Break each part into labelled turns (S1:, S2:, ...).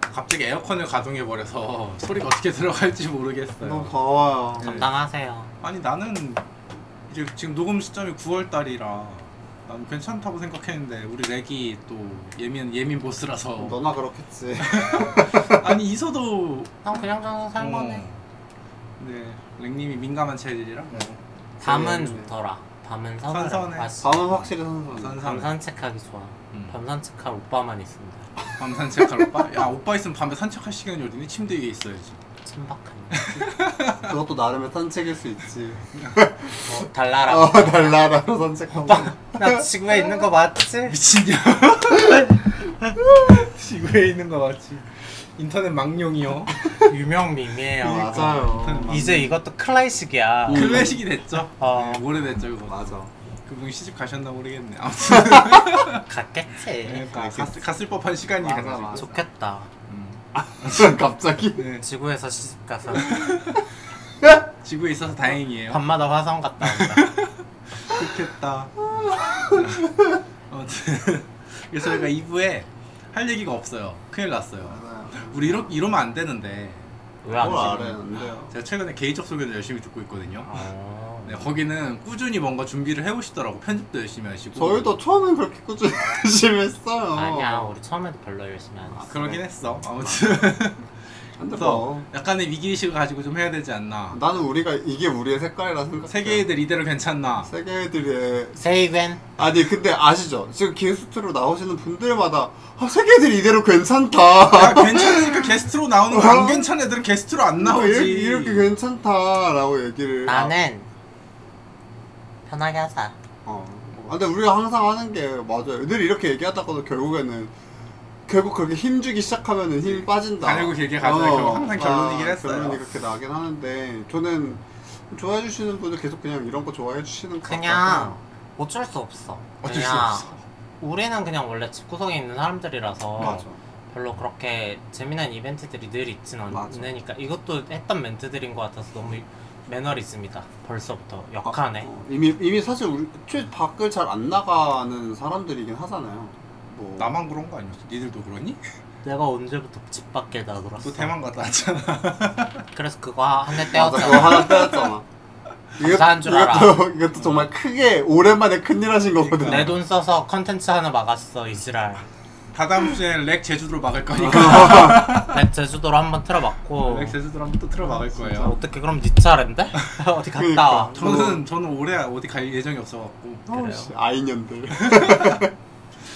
S1: 갑자기 에어컨을 가동해버려서 소리가 어떻게 들어갈지 모르겠어요.
S2: 너무 더워요.
S3: 감당하세요.
S1: 아니 나는 이제 지금 녹음 시점이 9월 달이라 난 괜찮다고 생각했는데 우리 렉이 또 예민 예민 보스라서
S2: 네. 너나 그렇겠지. 네.
S1: 아니 이서도
S3: 난 그냥 저냥 살
S2: 음.
S3: 거네.
S1: 어. 네 렉님이 민감한 체질이라
S3: 밤은 좋더라. 밤은
S1: 선선해.
S3: 선선해. 맞지.
S2: 음. 밤은 확실히 선선.
S3: 밤
S1: 산산
S3: 산책하기 좋아.
S1: 음.
S3: 밤 산책할 오빠만 있습니다.
S1: 밤 산책할 오빠 야 오빠 있으면 밤에 산책할 시간이 어디니 침대 위에 있어야지
S3: 천박한.
S2: 그것도 나름의 산책일 수 있지.
S3: 어, 달라라.
S2: 어, 날라라로 산책하고.
S3: 나 지구에 있는 거 맞지?
S1: 미친년 지구에 있는 거 같지 인터넷 망령이요
S3: 유명 밈이에요. 어.
S2: 맞아요.
S3: 이제 이것도 클래식이야.
S2: 음.
S1: 클래식이 됐죠
S3: 어.
S1: 네, 오래됐죠 이거
S2: 맞아.
S1: 그분 시집 가셨나 모르겠네 아무튼
S2: 음.
S3: 갔겠지.
S1: 그러니까 갔, 갔을 법한 시간이
S2: 네, 맞아,
S1: 가지고
S2: 맞아.
S3: 좋겠다.
S1: 음.
S2: 갑자기.
S1: 네,
S3: 지구에서 시집 가서
S2: 음.
S1: 지구에 있어서 다행이에요
S3: 밤마다 화성 갔다
S2: 음.
S3: 온다.
S1: 좋겠다 아무튼 그래서 저희가 2부에 할 얘기가 없어요 큰일 났어요
S2: 맞아요.
S1: 우리 이러, 이러면 안 되는데
S2: 뭘
S3: 왜안 지
S2: 뭐 알아요? 안 돼요.
S1: 제가 최근에 개인적 소견을 열심히 듣고 있거든요
S3: 어.
S1: 네, 거기는 꾸준히 뭔가 준비를 해오시더라고 편집도 열심히 하시고
S2: 저희도 처음엔 그렇게 꾸준히 열심히 했어요.
S3: 아니야, 우리 처음에도 별로 열심히 안 했어.
S1: 그러긴
S2: 네.
S1: 했어 아무튼
S2: 안 돼,
S1: 그래서
S2: 뭐.
S1: 약간의 위기의식을 가지고 좀 해야 되지 않나
S2: 나는 우리가 이게 우리의 색깔이라 생각해.
S1: 세계 애들 이대로 괜찮나
S2: 세계들의
S3: 세이겐
S2: 아니 근데 아시죠? 지금 게스트로 나오시는 분들마다 아, 세계들 이대로 괜찮다.
S1: 야, 괜찮으니까 게스트로 나오는 거 안 괜찮은 애들은 게스트로 안 나오지
S2: 어? 이렇게, 이렇게 괜찮다라고 얘기를.
S3: 나는 편하게 하자.
S2: 어. 아, 근데 우리가 항상 하는 게 맞아요. 늘 이렇게 얘기하다가도 결국에는 결국 그렇게 힘 주기 시작하면은 힘이 빠진다. 어.
S1: 네.
S2: 아,
S1: 가늘고 길게 가자. 결국 항상 결론이긴 했어요.
S2: 결론이 그렇게 나긴 하는데 저는 좋아해 주시는 분들 계속 그냥 이런 거 좋아해 주시는 것
S3: 그냥
S2: 같아서
S3: 어쩔 수 없어.
S1: 어쩔 수
S3: 그냥
S1: 없어.
S3: 우리는 그냥 원래 집구석에 있는 사람들이라서
S2: 맞아.
S3: 별로 그렇게 재미난 이벤트들이 늘 있진 않-
S2: 맞아.
S3: 않으니까 이것도 했던 멘트들인 것 같아서 너무 매너리즘이다. 벌써부터 역하네.
S1: 아,
S2: 어, 이미 이미 사실 우리 최 밖을 잘 안 나가는 사람들이긴 하잖아요. 뭐
S1: 나만 그런 거 아니었어? 니들도 그러니?
S3: 내가 언제부터 집 밖에 나들었어?
S1: 또 대만 갔다 왔잖아
S3: 그래서 그거 한 대
S2: 맞아 그거
S3: 떼었잖아.
S2: 하나 빼었잖아.
S3: 감사한 줄 알아.
S2: 이것도, 이것도 정말 크게 오랜만에 큰일 하신
S1: 그러니까.
S2: 거거든.
S3: 내 돈 써서 컨텐츠 하나 막았어 이지랄.
S1: 다다음 주에 렉 제주도로 막을 거니까
S3: 내 제주도로 한번 틀어봤고.
S1: 렉 제주도로 한번 또 틀어 막을 거예요 그러니까.
S3: 어떻게 그럼 네 차례인데? 어디 갔다 와.
S1: 저는 저는 올해 어디 갈 예정이 없어갖고
S3: 그래요.
S2: 아이년들.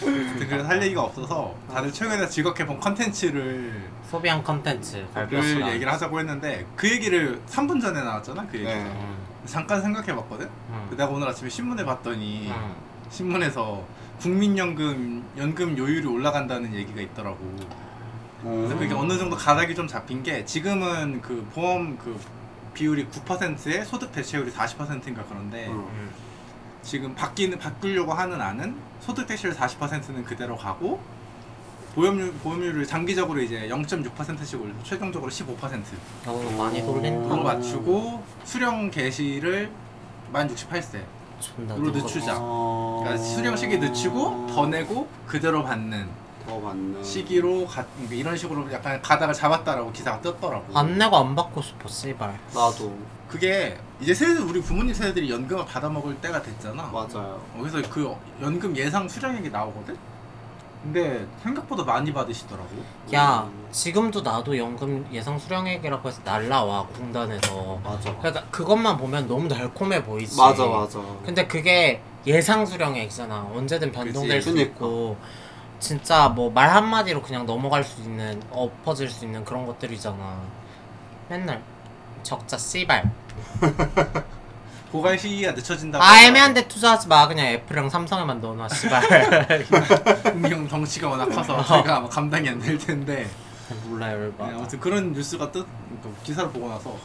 S1: 아무튼 그래서 할 얘기가 없어서 다들 최근에 즐겁게 본 컨텐츠를
S3: 소비한 컨텐츠 발표
S1: 를
S3: 시간.
S1: 아, 그 얘기를 하자고 했는데 그 얘기를 3분 전에 나왔잖아 그 얘기
S2: 네.
S3: 음,
S1: 잠깐 생각해봤거든?
S3: 음,
S1: 내가 오늘 아침에 신문에 봤더니
S3: 음.
S1: 신문에서 국민연금 연금 요율이 올라간다는 얘기가 있더라고 그래서 그게 어느 정도 가닥이 좀 잡힌 게 지금은 그 보험 그 비율이 9%에 소득 대체율이 40%인가 그런데
S2: 음.
S3: 음.
S1: 지금 바뀌는 바꾸려고 하는 안은 소득 대체율 40%는 그대로 가고 보험료 보험료를 장기적으로 이제 0.6%씩 올려서 최종적으로 15%
S3: 어, 많이 돌린다.
S1: 으로 맞추고 수령 개시를 만 68세
S2: 음.
S3: 존나
S1: 으로
S3: 늙었어.
S1: 늦추자. 그러니까 수령 시기 늦추고 더 내고 그대로 받는
S2: 더 받는
S1: 시기로 가, 그러니까 이런 식으로 약간 가닥을 잡았다라고 기사가 떴더라고.
S3: 안 내고 안 받고 싶어 씨발.
S2: 나도
S1: 그게 이제 세대 우리 부모님 세대들이 연금을 받아 먹을 때가 됐잖아.
S2: 맞아요.
S1: 어, 그래서 그 연금 예상 수령액이 나오거든. 근데 생각보다 많이 받으시더라고.
S3: 야
S2: 음.
S3: 지금도 나도 연금 예상 수령액이라고 해서 날라와 공단에서.
S2: 맞아.
S3: 그러니까 그것만 보면 너무 달콤해 보이지.
S2: 맞아 맞아.
S3: 근데 그게 예상 수령액이잖아. 언제든 변동될
S1: 그치,
S3: 수
S2: 그니까.
S3: 있고 진짜 뭐 말 한마디로 그냥 넘어갈 수 있는 엎어질 수 있는 그런 것들이잖아. 맨날 적자 씨발.
S1: 고갈 시기가 늦춰진다고.
S3: 아 애매한데 투자하지 마. 그냥 애플이랑 삼성에만 넣어놔 씨발.
S1: 형 덩치가 워낙 커서 제가 아마 감당이 안 될 텐데.
S3: 몰라
S1: 네,
S3: 열받아.
S1: 아무튼 그런 뉴스가 뜨 그러니까 기사를 보고 나서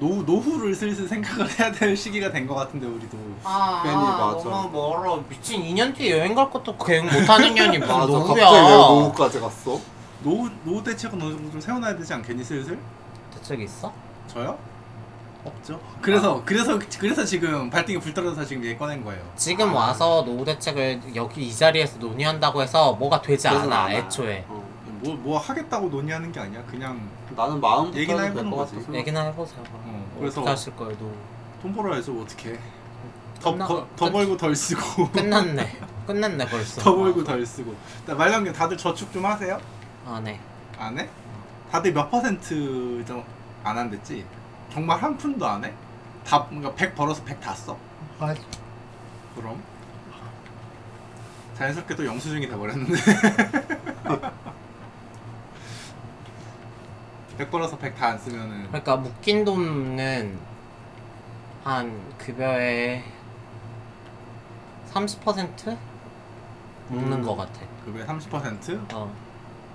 S1: 노후 노후를 슬슬 생각을 해야 될 시기가 된 것 같은데 우리도.
S3: 아,
S2: 괜히 맞아.
S3: 너무 멀어. 미친 2년 뒤에 여행 갈 것도 계획 못하는 년이 무슨
S2: 맞아.
S3: 노후야.
S2: 갑자기 왜 노후까지 갔어?
S1: 노후 노후 대책은 어느 정도 좀 세워놔야 되지 않겠니 슬슬?
S3: 대책 있어?
S1: 저요? 없죠. 그래서
S3: 아.
S1: 그래서 그래서 지금 발등에 불 떨어져서 지금 얘 꺼낸 거예요.
S3: 지금 와서 노후 대책을 여기 이 자리에서 논의한다고 해서 뭐가 되지
S2: 그래서
S3: 않아
S2: 안 와.
S3: 애초에.
S2: 어.
S1: 뭐, 뭐 하겠다고 논의하는 게 아니야. 그냥
S2: 나는 마음부터
S1: 얘기나
S2: 해도 될것
S1: 해보는
S2: 같아.
S1: 거지.
S2: 생각-
S3: 얘기나 해보세요.
S1: 어,
S3: 그래서
S1: 그래서-
S3: 어떻게 하실 거예요, 노?
S1: 돈 벌어야지 뭐 어떻게. 더,
S3: 끝나-
S1: 더, 더
S3: 끝-
S1: 벌고 덜 쓰고
S3: 끝났네. 끝났네 벌써.
S1: 더 벌고 덜 쓰고. 나 말년경 다들 저축 좀 하세요?
S3: 아 네.
S1: 안 해? 다들 몇 퍼센트 좀 안 한댔지? 정말 한 푼도 안 해? 다 그러니까 100 벌어서 100 다 써? 그럼 자연스럽게 또 영수증이 돼버렸는데 100 벌어서 100 다 안 쓰면은
S3: 그러니까 묶인 돈은 한 급여의 30% 묶는
S1: 음.
S3: 것 같아.
S1: 급의 30%
S3: 어.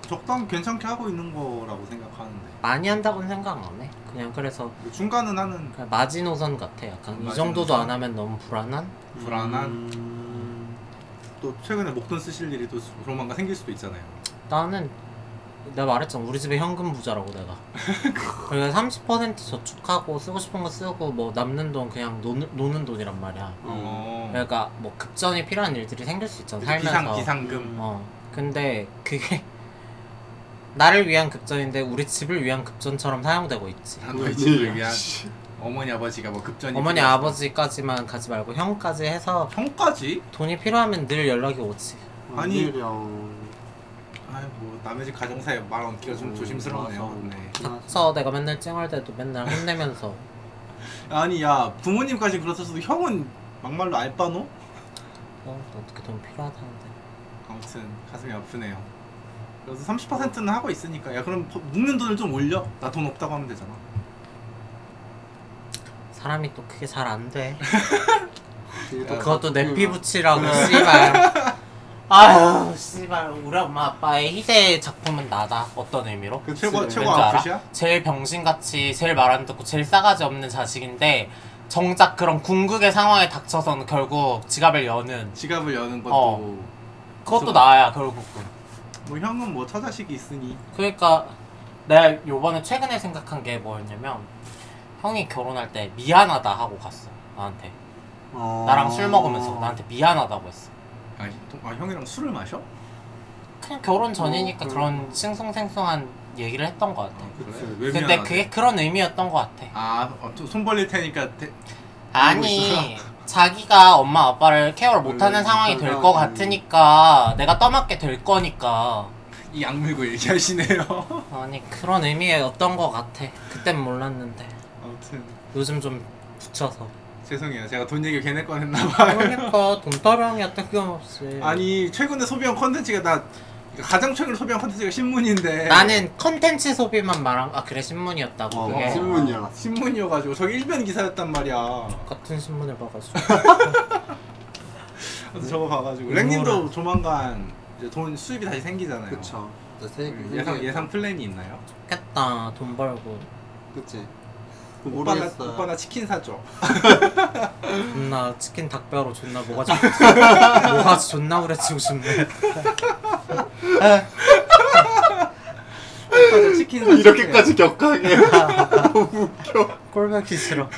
S1: 적당 괜찮게 하고 있는 거라고 생각하는데
S3: 많이 한다고는 생각 안 해. 그냥 그래서
S1: 그 중간은 하는
S3: 그냥 마지노선 같아. 약간 이
S1: 마지노선?
S3: 정도도 안 하면 너무 불안한.
S1: 불안한
S2: 음...
S1: 또 최근에 목돈 쓰실 일이 또 조만간 생길 수도 있잖아요
S3: 나는 내가 말했잖아 우리 집에 현금 부자라고 내가 그러니까 30% 저축하고 쓰고 싶은 거 쓰고 뭐 남는 돈 그냥 노는, 노는 돈이란 말이야
S1: 어.
S3: 그러니까 뭐 급전이 필요한 일들이 생길 수 있잖아 살면서
S1: 비상,
S2: 음.
S1: 비상금
S3: 어 근데 그게 나를 위한 급전인데 우리 집을 위한 급전처럼 사용되고 있지
S1: 너희 집을 위한 어머니 아버지가 뭐 급전이
S3: 어머니
S1: 필요해서.
S3: 아버지까지만 가지 말고 형까지 해서
S1: 형까지?
S3: 돈이 필요하면 늘 연락이 오지
S1: 아니.
S2: 아니
S1: 아뭐 남의 집 가정사에 말 얹기가 좀
S2: 음,
S1: 조심스럽네요
S2: 맞아.
S1: 네.
S3: 그쵸 내가 맨날 찡할 때도 맨날 혼내면서
S1: 아니 야 부모님까지 그렇다서도 형은 막말로 알바노?
S3: 어, 나 어떻게 돈 필요하다는데
S1: 아무튼 가슴이 아프네요 그래서 30%는 하고 있으니까 야 그럼 퍼- 묵는 돈을 좀 올려 나 돈 없다고 하면 되잖아
S3: 사람이 또 그게 잘 안 돼.
S1: 야,
S2: 아,
S3: 그것도 내 피
S2: 피부
S3: 붙이라고 씨발. 아유 씨발 우리 엄마 아빠의 희대의 작품은 나다. 어떤 의미로?
S2: 그치.
S1: 최고 최고
S3: 왠지 알아?
S1: 아프시야?
S3: 제일 병신같이 제일 말 안 듣고 제일 싸가지 없는 자식인데 정작 그런 궁극의 상황에 닥쳐서는 결국 지갑을 여는
S1: 지갑을 여는 것도
S3: 어. 그것도
S1: 그래서-
S3: 나야 결국은.
S1: 뭐 형은 뭐 처자식이 있으니
S3: 그러니까 내가 요번에 최근에 생각한 게 뭐였냐면 형이 결혼할 때 미안하다 하고 갔어 나한테
S2: 어.
S3: 나랑
S1: 아.
S3: 술 먹으면서 나한테 미안하다고 했어.
S1: 아니, 또- 아 형이랑 술을 마셔?
S3: 그냥 결혼 전이니까
S2: 어,
S3: 그런 싱숭생숭한 얘기를 했던 것 같아.
S2: 그치.
S1: 왜
S3: 근데
S1: 미안하대?
S3: 그게 그런 의미였던 것 같아.
S1: 아손 벌릴 테니까 대-
S3: 아니 자기가 엄마 아빠를 케어를 못하는
S1: 음,
S2: 원래
S3: 상황이 될
S2: 불편하고.
S3: 것 같으니까 내가 떠맡게 될 거니까
S1: 이 악물고 얘기하시네요
S3: 아니 그런 의미였던 것 같아. 그땐 몰랐는데
S1: 아무튼
S3: 요즘 좀 붙여서
S1: 죄송해요 제가 돈 얘기 괜히 꺼냈나 봐요
S3: 그러니까 돈
S1: 네.
S3: 따랑이야 뜬금없이.
S1: 아니 최근에 소비한 컨텐츠가 나 그러니까 가장 최근에 소비한 컨텐츠가 신문인데
S3: 나는 컨텐츠 소비만 말한 아 그래 신문이었다고
S2: 어,
S3: 그게
S1: 신문.
S2: 신문이야.
S1: 신문이어가지고 저게 일면 기사였단 말이야
S3: 같은 신문을 봐가지고
S1: 그래서 저거 봐가지고
S3: 의무라.
S1: 랭님도 조만간 이제 돈 수입이 다시 생기잖아요
S2: 그쵸. 나
S1: 음, 예상 예상 플랜이 있나요?
S3: 좋겠다 돈 벌고
S2: 그치.
S1: 오빠 나,
S2: 모르겠어요.
S1: 오빠 나 치킨 사줘
S3: 존나 치킨 닭뼈로 존나 뭐가 좋 뭐가 존나 그래치고 싶네.
S1: 오빠 나 치킨 사줄게
S2: 이렇게까지
S3: 네.
S2: 격하게.
S3: 꼴보기 싫어.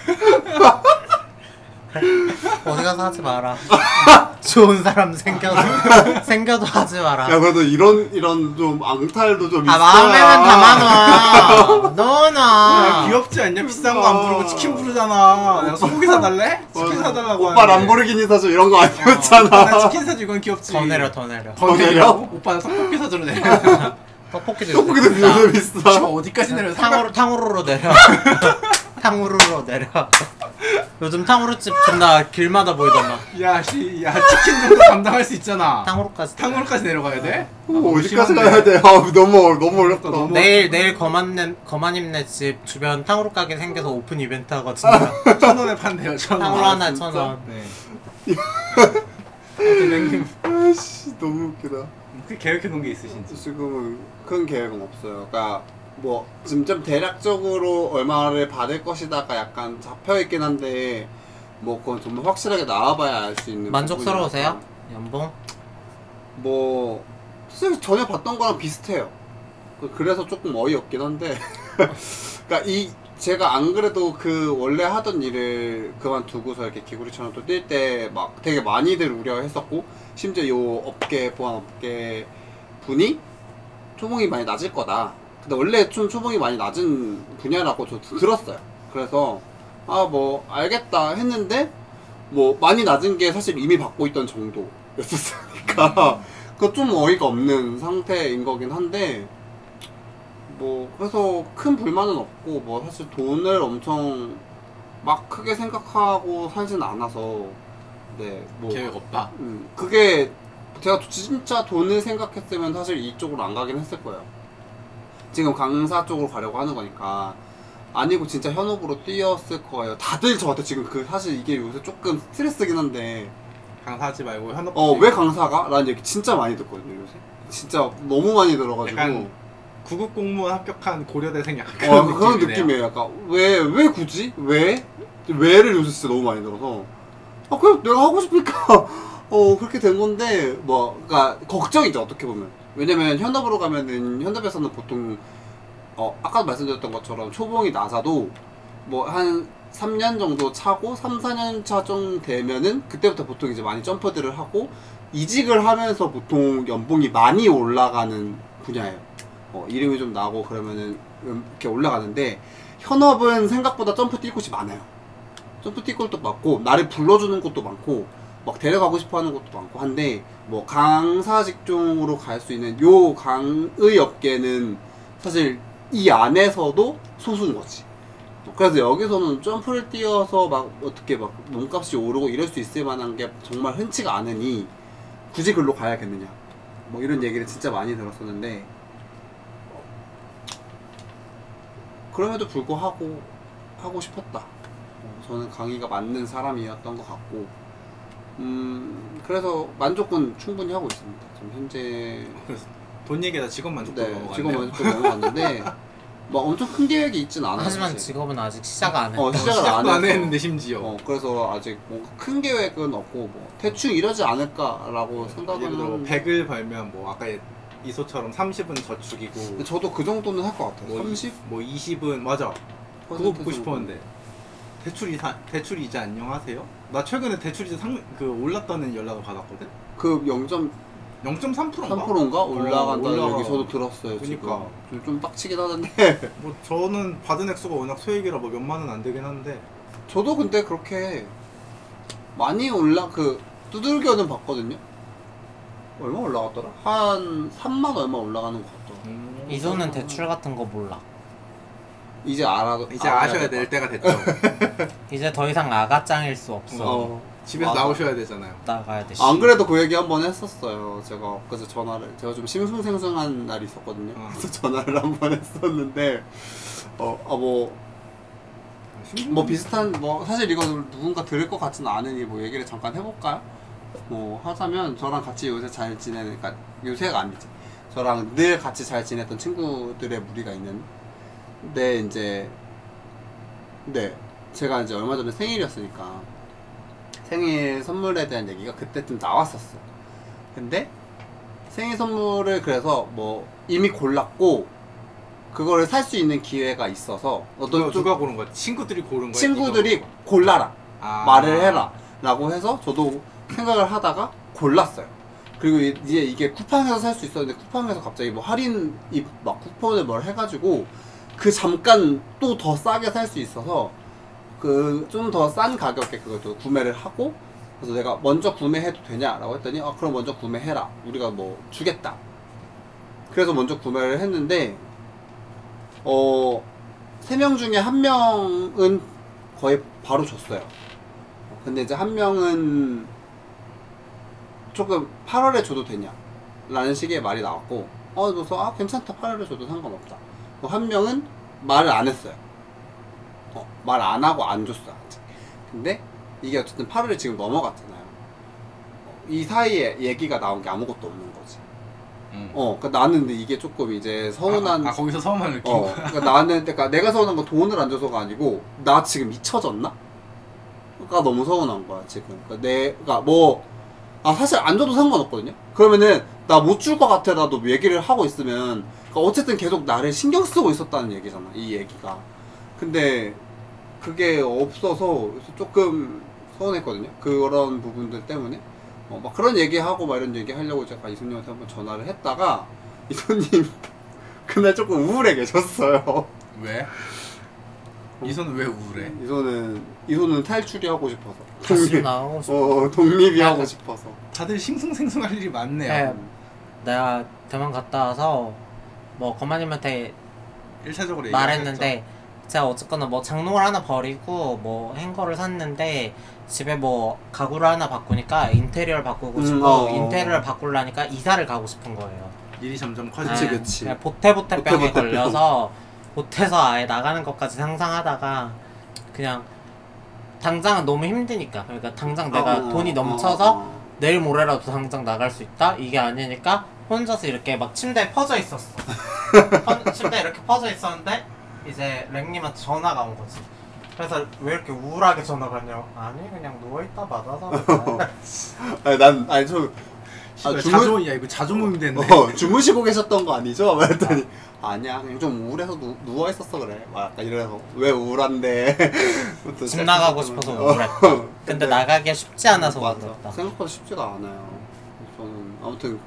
S3: 어디 가서 하지 마라. 좋은 사람 생겨도 생겨도 하지 마라.
S2: 야 그래도 이런 이런 좀 앙탈도 좀 있어.
S3: 아 마음에는 담아놔. 넣어놔.
S1: 야,
S2: 아,
S1: 귀엽지 않냐? 비싼 거 안
S2: 그러니까.
S1: 부르고 치킨 부르잖아 내가 소고기 사달래? 치킨 사달라고
S2: 어. 오빠
S1: 하는데.
S2: 람보르기니 사줘 이런 거
S1: 오빠 나
S2: 아니었잖아.
S1: 치킨 사줘 이건 귀엽지
S3: 더 내려 더 내려.
S1: 더
S2: 더
S1: 내려?
S2: 내려?
S1: 오빠 나 떡볶이 사주로 내려
S3: 떡볶이도
S2: 떡볶이도
S3: 있다.
S2: 비싸 비싸.
S1: 저
S3: 아.
S1: 어디까지 내려
S3: 탕후루 탕후루로 내려. 탕후루로 내려. 요즘 탕후루집 존나 길마다 보이더만.
S1: 야, 씨, 야, 치킨 정도 감당할 수 있잖아.
S3: 탕후루까지.
S1: 탕후루까지 내려가야 돼?
S2: 오, 어디까지
S1: 심한데.
S2: 가야 돼? 아, 너무 어려- 너무 어렵다.
S1: 너무-
S3: 내일 내일 거만님 거만님네 집 주변 탕후루 가게 생겨서 오픈 이벤트 하거든요.
S1: 천 원에 판대요, 천 원.
S3: 탕후루 하나
S2: 진짜?
S3: 천 원.
S1: 네. 아무튼 랭님,
S2: 아씨 너무 웃기다.
S1: 그 계획해 놓은 게 있으신지.
S2: 지금은 큰 계획은 없어요. 그러니까 뭐 지금 좀 대략적으로 얼마를 받을 것이다가 약간 잡혀 있긴 한데 뭐 그건 좀 확실하게 나와봐야 알 수 있는.
S3: 만족스러우세요?
S2: 부분이라서.
S3: 그 연봉?
S2: 뭐 사실 전에 봤던 거랑 비슷해요. 그- 그래서 조금 어이없긴 한데. 그러니까 이 제가 안 그래도 그 원래 하던 일을 그만두고서 이렇게 기구리처럼 또 뛸 때 막 되게 많이들 우려했었고 심지어 요 업계 보안 업계 분이 초봉이 많이 낮을 거다. 근데 원래 좀 초봉이 많이 낮은 분야라고 저 들었어요. 그래서 아 뭐 알겠다 했는데 뭐 많이 낮은 게 사실 이미 받고 있던 정도였으니까 그거 좀 어이가 없는 상태인 거긴 한데 뭐 그래서 큰 불만은 없고 뭐 사실 돈을 엄청 막 크게 생각하고 살진 않아서 네뭐
S1: 계획 없다.
S2: 음, 그게 제가 진짜 돈을 생각했으면 사실 이쪽으로 안 가긴 했을 거예요. 지금 강사 쪽으로 가려고 하는 거니까 아니고 진짜 현업으로 뛰었을 거예요. 다들 저한테 지금 그 사실 이게 요새 조금 스트레스긴 한데
S1: 강사하지 말고 현업.
S2: 어 왜 강사가? 라는 얘기 진짜 많이 듣거든요 요새. 진짜 너무 많이 들어가지고
S1: 약간 구급 공무원 합격한 고려대생 약간
S2: 어, 그런
S1: 느낌이네요.
S2: 느낌이에요. 약간 왜, 왜 굳이? 왜? 왜를 요새 진짜 너무 많이 들어서 아 그냥 내가 하고 싶으니까 어 그렇게 된 건데 뭐 그러니까 걱정이죠 어떻게 보면 왜냐면 현업으로 가면은 현업에서는 보통 어 아까도 말씀드렸던 것처럼 초봉이 낮아도 뭐 한 3년 정도 차고 3, 4년 차 좀 되면은 그때부터 보통 이제 많이 점퍼들을 하고 이직을 하면서 보통 연봉이 많이 올라가는 분야예요. 어, 이름이 좀 나고 그러면은 음, 이렇게 올라가는데 현업은 생각보다 점프 뛸 곳이 많아요. 점프 뛸 곳도 많고 나를 불러주는 곳도 많고 막 데려가고 싶어하는 곳도 많고 한데 뭐 강사 직종으로 갈 수 있는 요 강의 업계는 사실 이 안에서도 소수인 거지. 그래서 여기서는 점프를 뛰어서 막 어떻게 막 몸값이 오르고 이럴 수 있을 만한 게 정말 흔치가 않으니 굳이 글로 가야겠느냐. 뭐 이런 얘기를 진짜 많이 들었었는데 그럼에도 불구하고 하고 싶었다. 어, 저는 강의가 맞는 사람이었던 것 같고, 음 그래서 만족은 충분히 하고 있습니다. 지금 현재
S1: 돈 얘기다 직업 만족도
S2: 네
S1: 넘어갔네요.
S2: 지금 만족도 넘어갔는데 막 엄청 큰 계획이 있진 않아요.
S3: 하지만
S2: 사실.
S3: 직업은 아직 시작 안 했다.
S2: 어, 시작- 시작을
S1: 네, 시작도
S2: 안
S1: 안
S2: 해서.
S1: 했는데 심지어
S2: 어 그래서 아직 뭔가 큰 계획은 없고 뭐 대충 이러지 않을까라고
S1: 예를
S2: 생각은
S1: 들어 뭐
S2: 하는데
S1: 100을 벌면 뭐 아까 이소처럼 30은 저축이고
S2: 근데 저도 그 정도는 할 것 같아요.
S1: 뭐,
S2: 30
S1: 뭐 20은 맞아 그거 묻고 싶었는데 대출 이자 대출 이자 안녕하세요? 나 최근에 대출 이자 상 그 올랐다는 연락을 받았거든.
S2: 그 0.3%인가
S1: 0.3%인가?
S2: 올라간다는
S1: 어, 올라가.
S2: 얘기 저도 들었어요.
S1: 그러니까.
S2: 지금 좀- 좀 빡치긴 하는데
S1: 뭐 저는 받은 액수가 워낙 소액이라 뭐 몇만 원 안 되긴 한데
S2: 저도 근데 그렇게 많이 올라 그 두들겨는 봤거든요. 얼마 올라갔더라? 한 3만 얼마 올라가는 것 같더라.
S1: 음.
S3: 이소는 대출 같은 거 몰라.
S2: 이제 알아
S1: 이제
S2: 알아야 네,
S1: 아셔야
S2: 될
S1: 될
S2: 것
S1: 때가 됐죠.
S3: 이제 더 이상 아가짱일 수 없어.
S2: 같아요. 어.
S1: 집에서
S2: 맞아.
S1: 나오셔야 되잖아요.
S3: 나가야 돼.
S2: 안 그래도 그 얘기 한 번 했었어요. 제가 그래서 전화를 제가 좀 심승생승한 날이 있었거든요.
S1: 어.
S2: 그래서 전화를 한 번 했었는데 어아뭐 뭐 비슷한 뭐 사실 이거 누군가 들을 것 같지는 않으니 뭐 얘기를 잠깐 해볼까요? 뭐 하자면 저랑 같이 요새 잘 지내는 그러니까 요새가 아니지 저랑 늘 같이 잘 지냈던 친구들의 무리가 있는데 이제 네 제가 이제 얼마 전에 생일이었으니까 생일 선물에 대한 얘기가 그때쯤 나왔었어 근데 생일 선물을 그래서 뭐 이미 골랐고 그거를 살 수 있는 기회가 있어서
S1: 누가,
S2: 어떤 쪽
S1: 누가 고른 거야? 친구들이 고른 거야?
S2: 친구들이
S1: 네가 고른
S2: 골라라
S1: 거야? 아.
S2: 말을 해라 라고 해서 저도 생각을 하다가 골랐어요 그리고 이- 이제 이게 쿠팡에서 살 수 있었는데 쿠팡에서 갑자기 뭐 할인 이- 막 쿠폰을 뭘 해가지고 그 잠깐 또 더 싸게 살 수 있어서 그 좀 더 싼 가격에 그것도 구매를 하고 그래서 내가 먼저 구매해도 되냐라고 했더니 아 그럼 먼저 구매해라 우리가 뭐 주겠다 그래서 먼저 구매를 했는데 어 세 명 중에 한 명은 거의 바로 줬어요. 근데 이제 한 명은 조금 8월에 줘도 되냐? 라는 식의 말이 나왔고, 어, 그래서 아, 괜찮다. 8월에 줘도 상관없다. 뭐한 명은 말을 안 했어요. 어, 말 안 하고 안 줬어. 아직. 근데 이게 어쨌든 8월에 지금 넘어갔잖아요. 어, 이 사이에 얘기가 나온 게 아무것도 없는 거지.
S1: 음.
S2: 어, 그러니까 나는 근데 이게 조금 이제 서운한
S1: 아, 아 거기서 서운함을 느낀
S2: 어,
S1: 거야?
S2: 그러니까 나는 그러니까 내가 서운한 건 돈을 안 줘서가 아니고 나 지금 미쳐졌나? 가 너무 서운한 거야 지금. 그러니까 내가 뭐 아 사실 안 줘도 상관없거든요. 그러면은 나 못 줄 것 같아라도 얘기를 하고 있으면 그러니까 어쨌든 계속 나를 신경 쓰고 있었다는 얘기잖아 이 얘기가. 근데 그게 없어서 그래서 조금 서운했거든요. 그런 부분들 때문에. 어, 막 그런 얘기하고 막 이런 얘기 하려고 제가 이승님한테 한번 전화를 했다가 이소님 그날 조금 우울해 계셨어요.
S1: 왜? 이선 왜 우울해?
S2: 이소는 이소는 탈출이 하고 싶어서.
S3: 가슴 나오고 싶어.
S2: 어 독립이 하고 싶어서.
S1: 다들 싱숭생숭할 일이 많네요.
S3: 네. 내가 대만 갔다 와서 뭐 거마님한테
S1: 1차적으로 얘기를
S3: 말했는데 제가 어쨌거나 뭐 장롱을 하나 버리고 뭐 행거를 샀는데 집에 뭐 가구를 하나 바꾸니까 인테리어를 바꾸고
S2: 음,
S3: 싶고
S2: 어.
S3: 인테리어를 바꾸려니까 이사를 가고 싶은 거예요.
S1: 했죠. 일이 점점
S2: 그치,
S1: 커지지.
S3: 네,
S2: 그치.
S3: 그냥 보태보태병에
S2: 보태보태병.
S3: 걸려서 보태서 아예 나가는 것까지 상상하다가 그냥 당장은 너무 힘드니까 그러니까 당장 내가
S2: 어,
S3: 돈이
S2: 어,
S3: 넘쳐서
S2: 어.
S3: 내일 모레라도 당장 나갈 수 있다? 이게 아니니까 혼자서 이렇게 막 침대에 퍼져 있었어. 퍼- 침대에 이렇게 퍼져 있었는데 이제 랭님한테 전화가 온 거지. 그래서 왜 이렇게 우울하게 전화가 왔냐고. 아니 그냥 누워있다 받아서 그래.
S2: 아니 난 아니 저
S1: 아,
S2: 아,
S1: 자조, 야 이거 자조몸이 됐네.
S2: 어, 주무시고 계셨던 거 아니죠? 말했더니 아니야 그냥 좀 우울해서 누, 누워 있었어 그래 막 약간 이래서 왜 우울한데 또
S3: 집 나가고 싶어서 우울했다. 근데 나가기가 쉽지 않아서
S2: 네. 맞아.
S3: 우울했다.
S2: 생각보다 쉽지가 않아요 저는 아무튼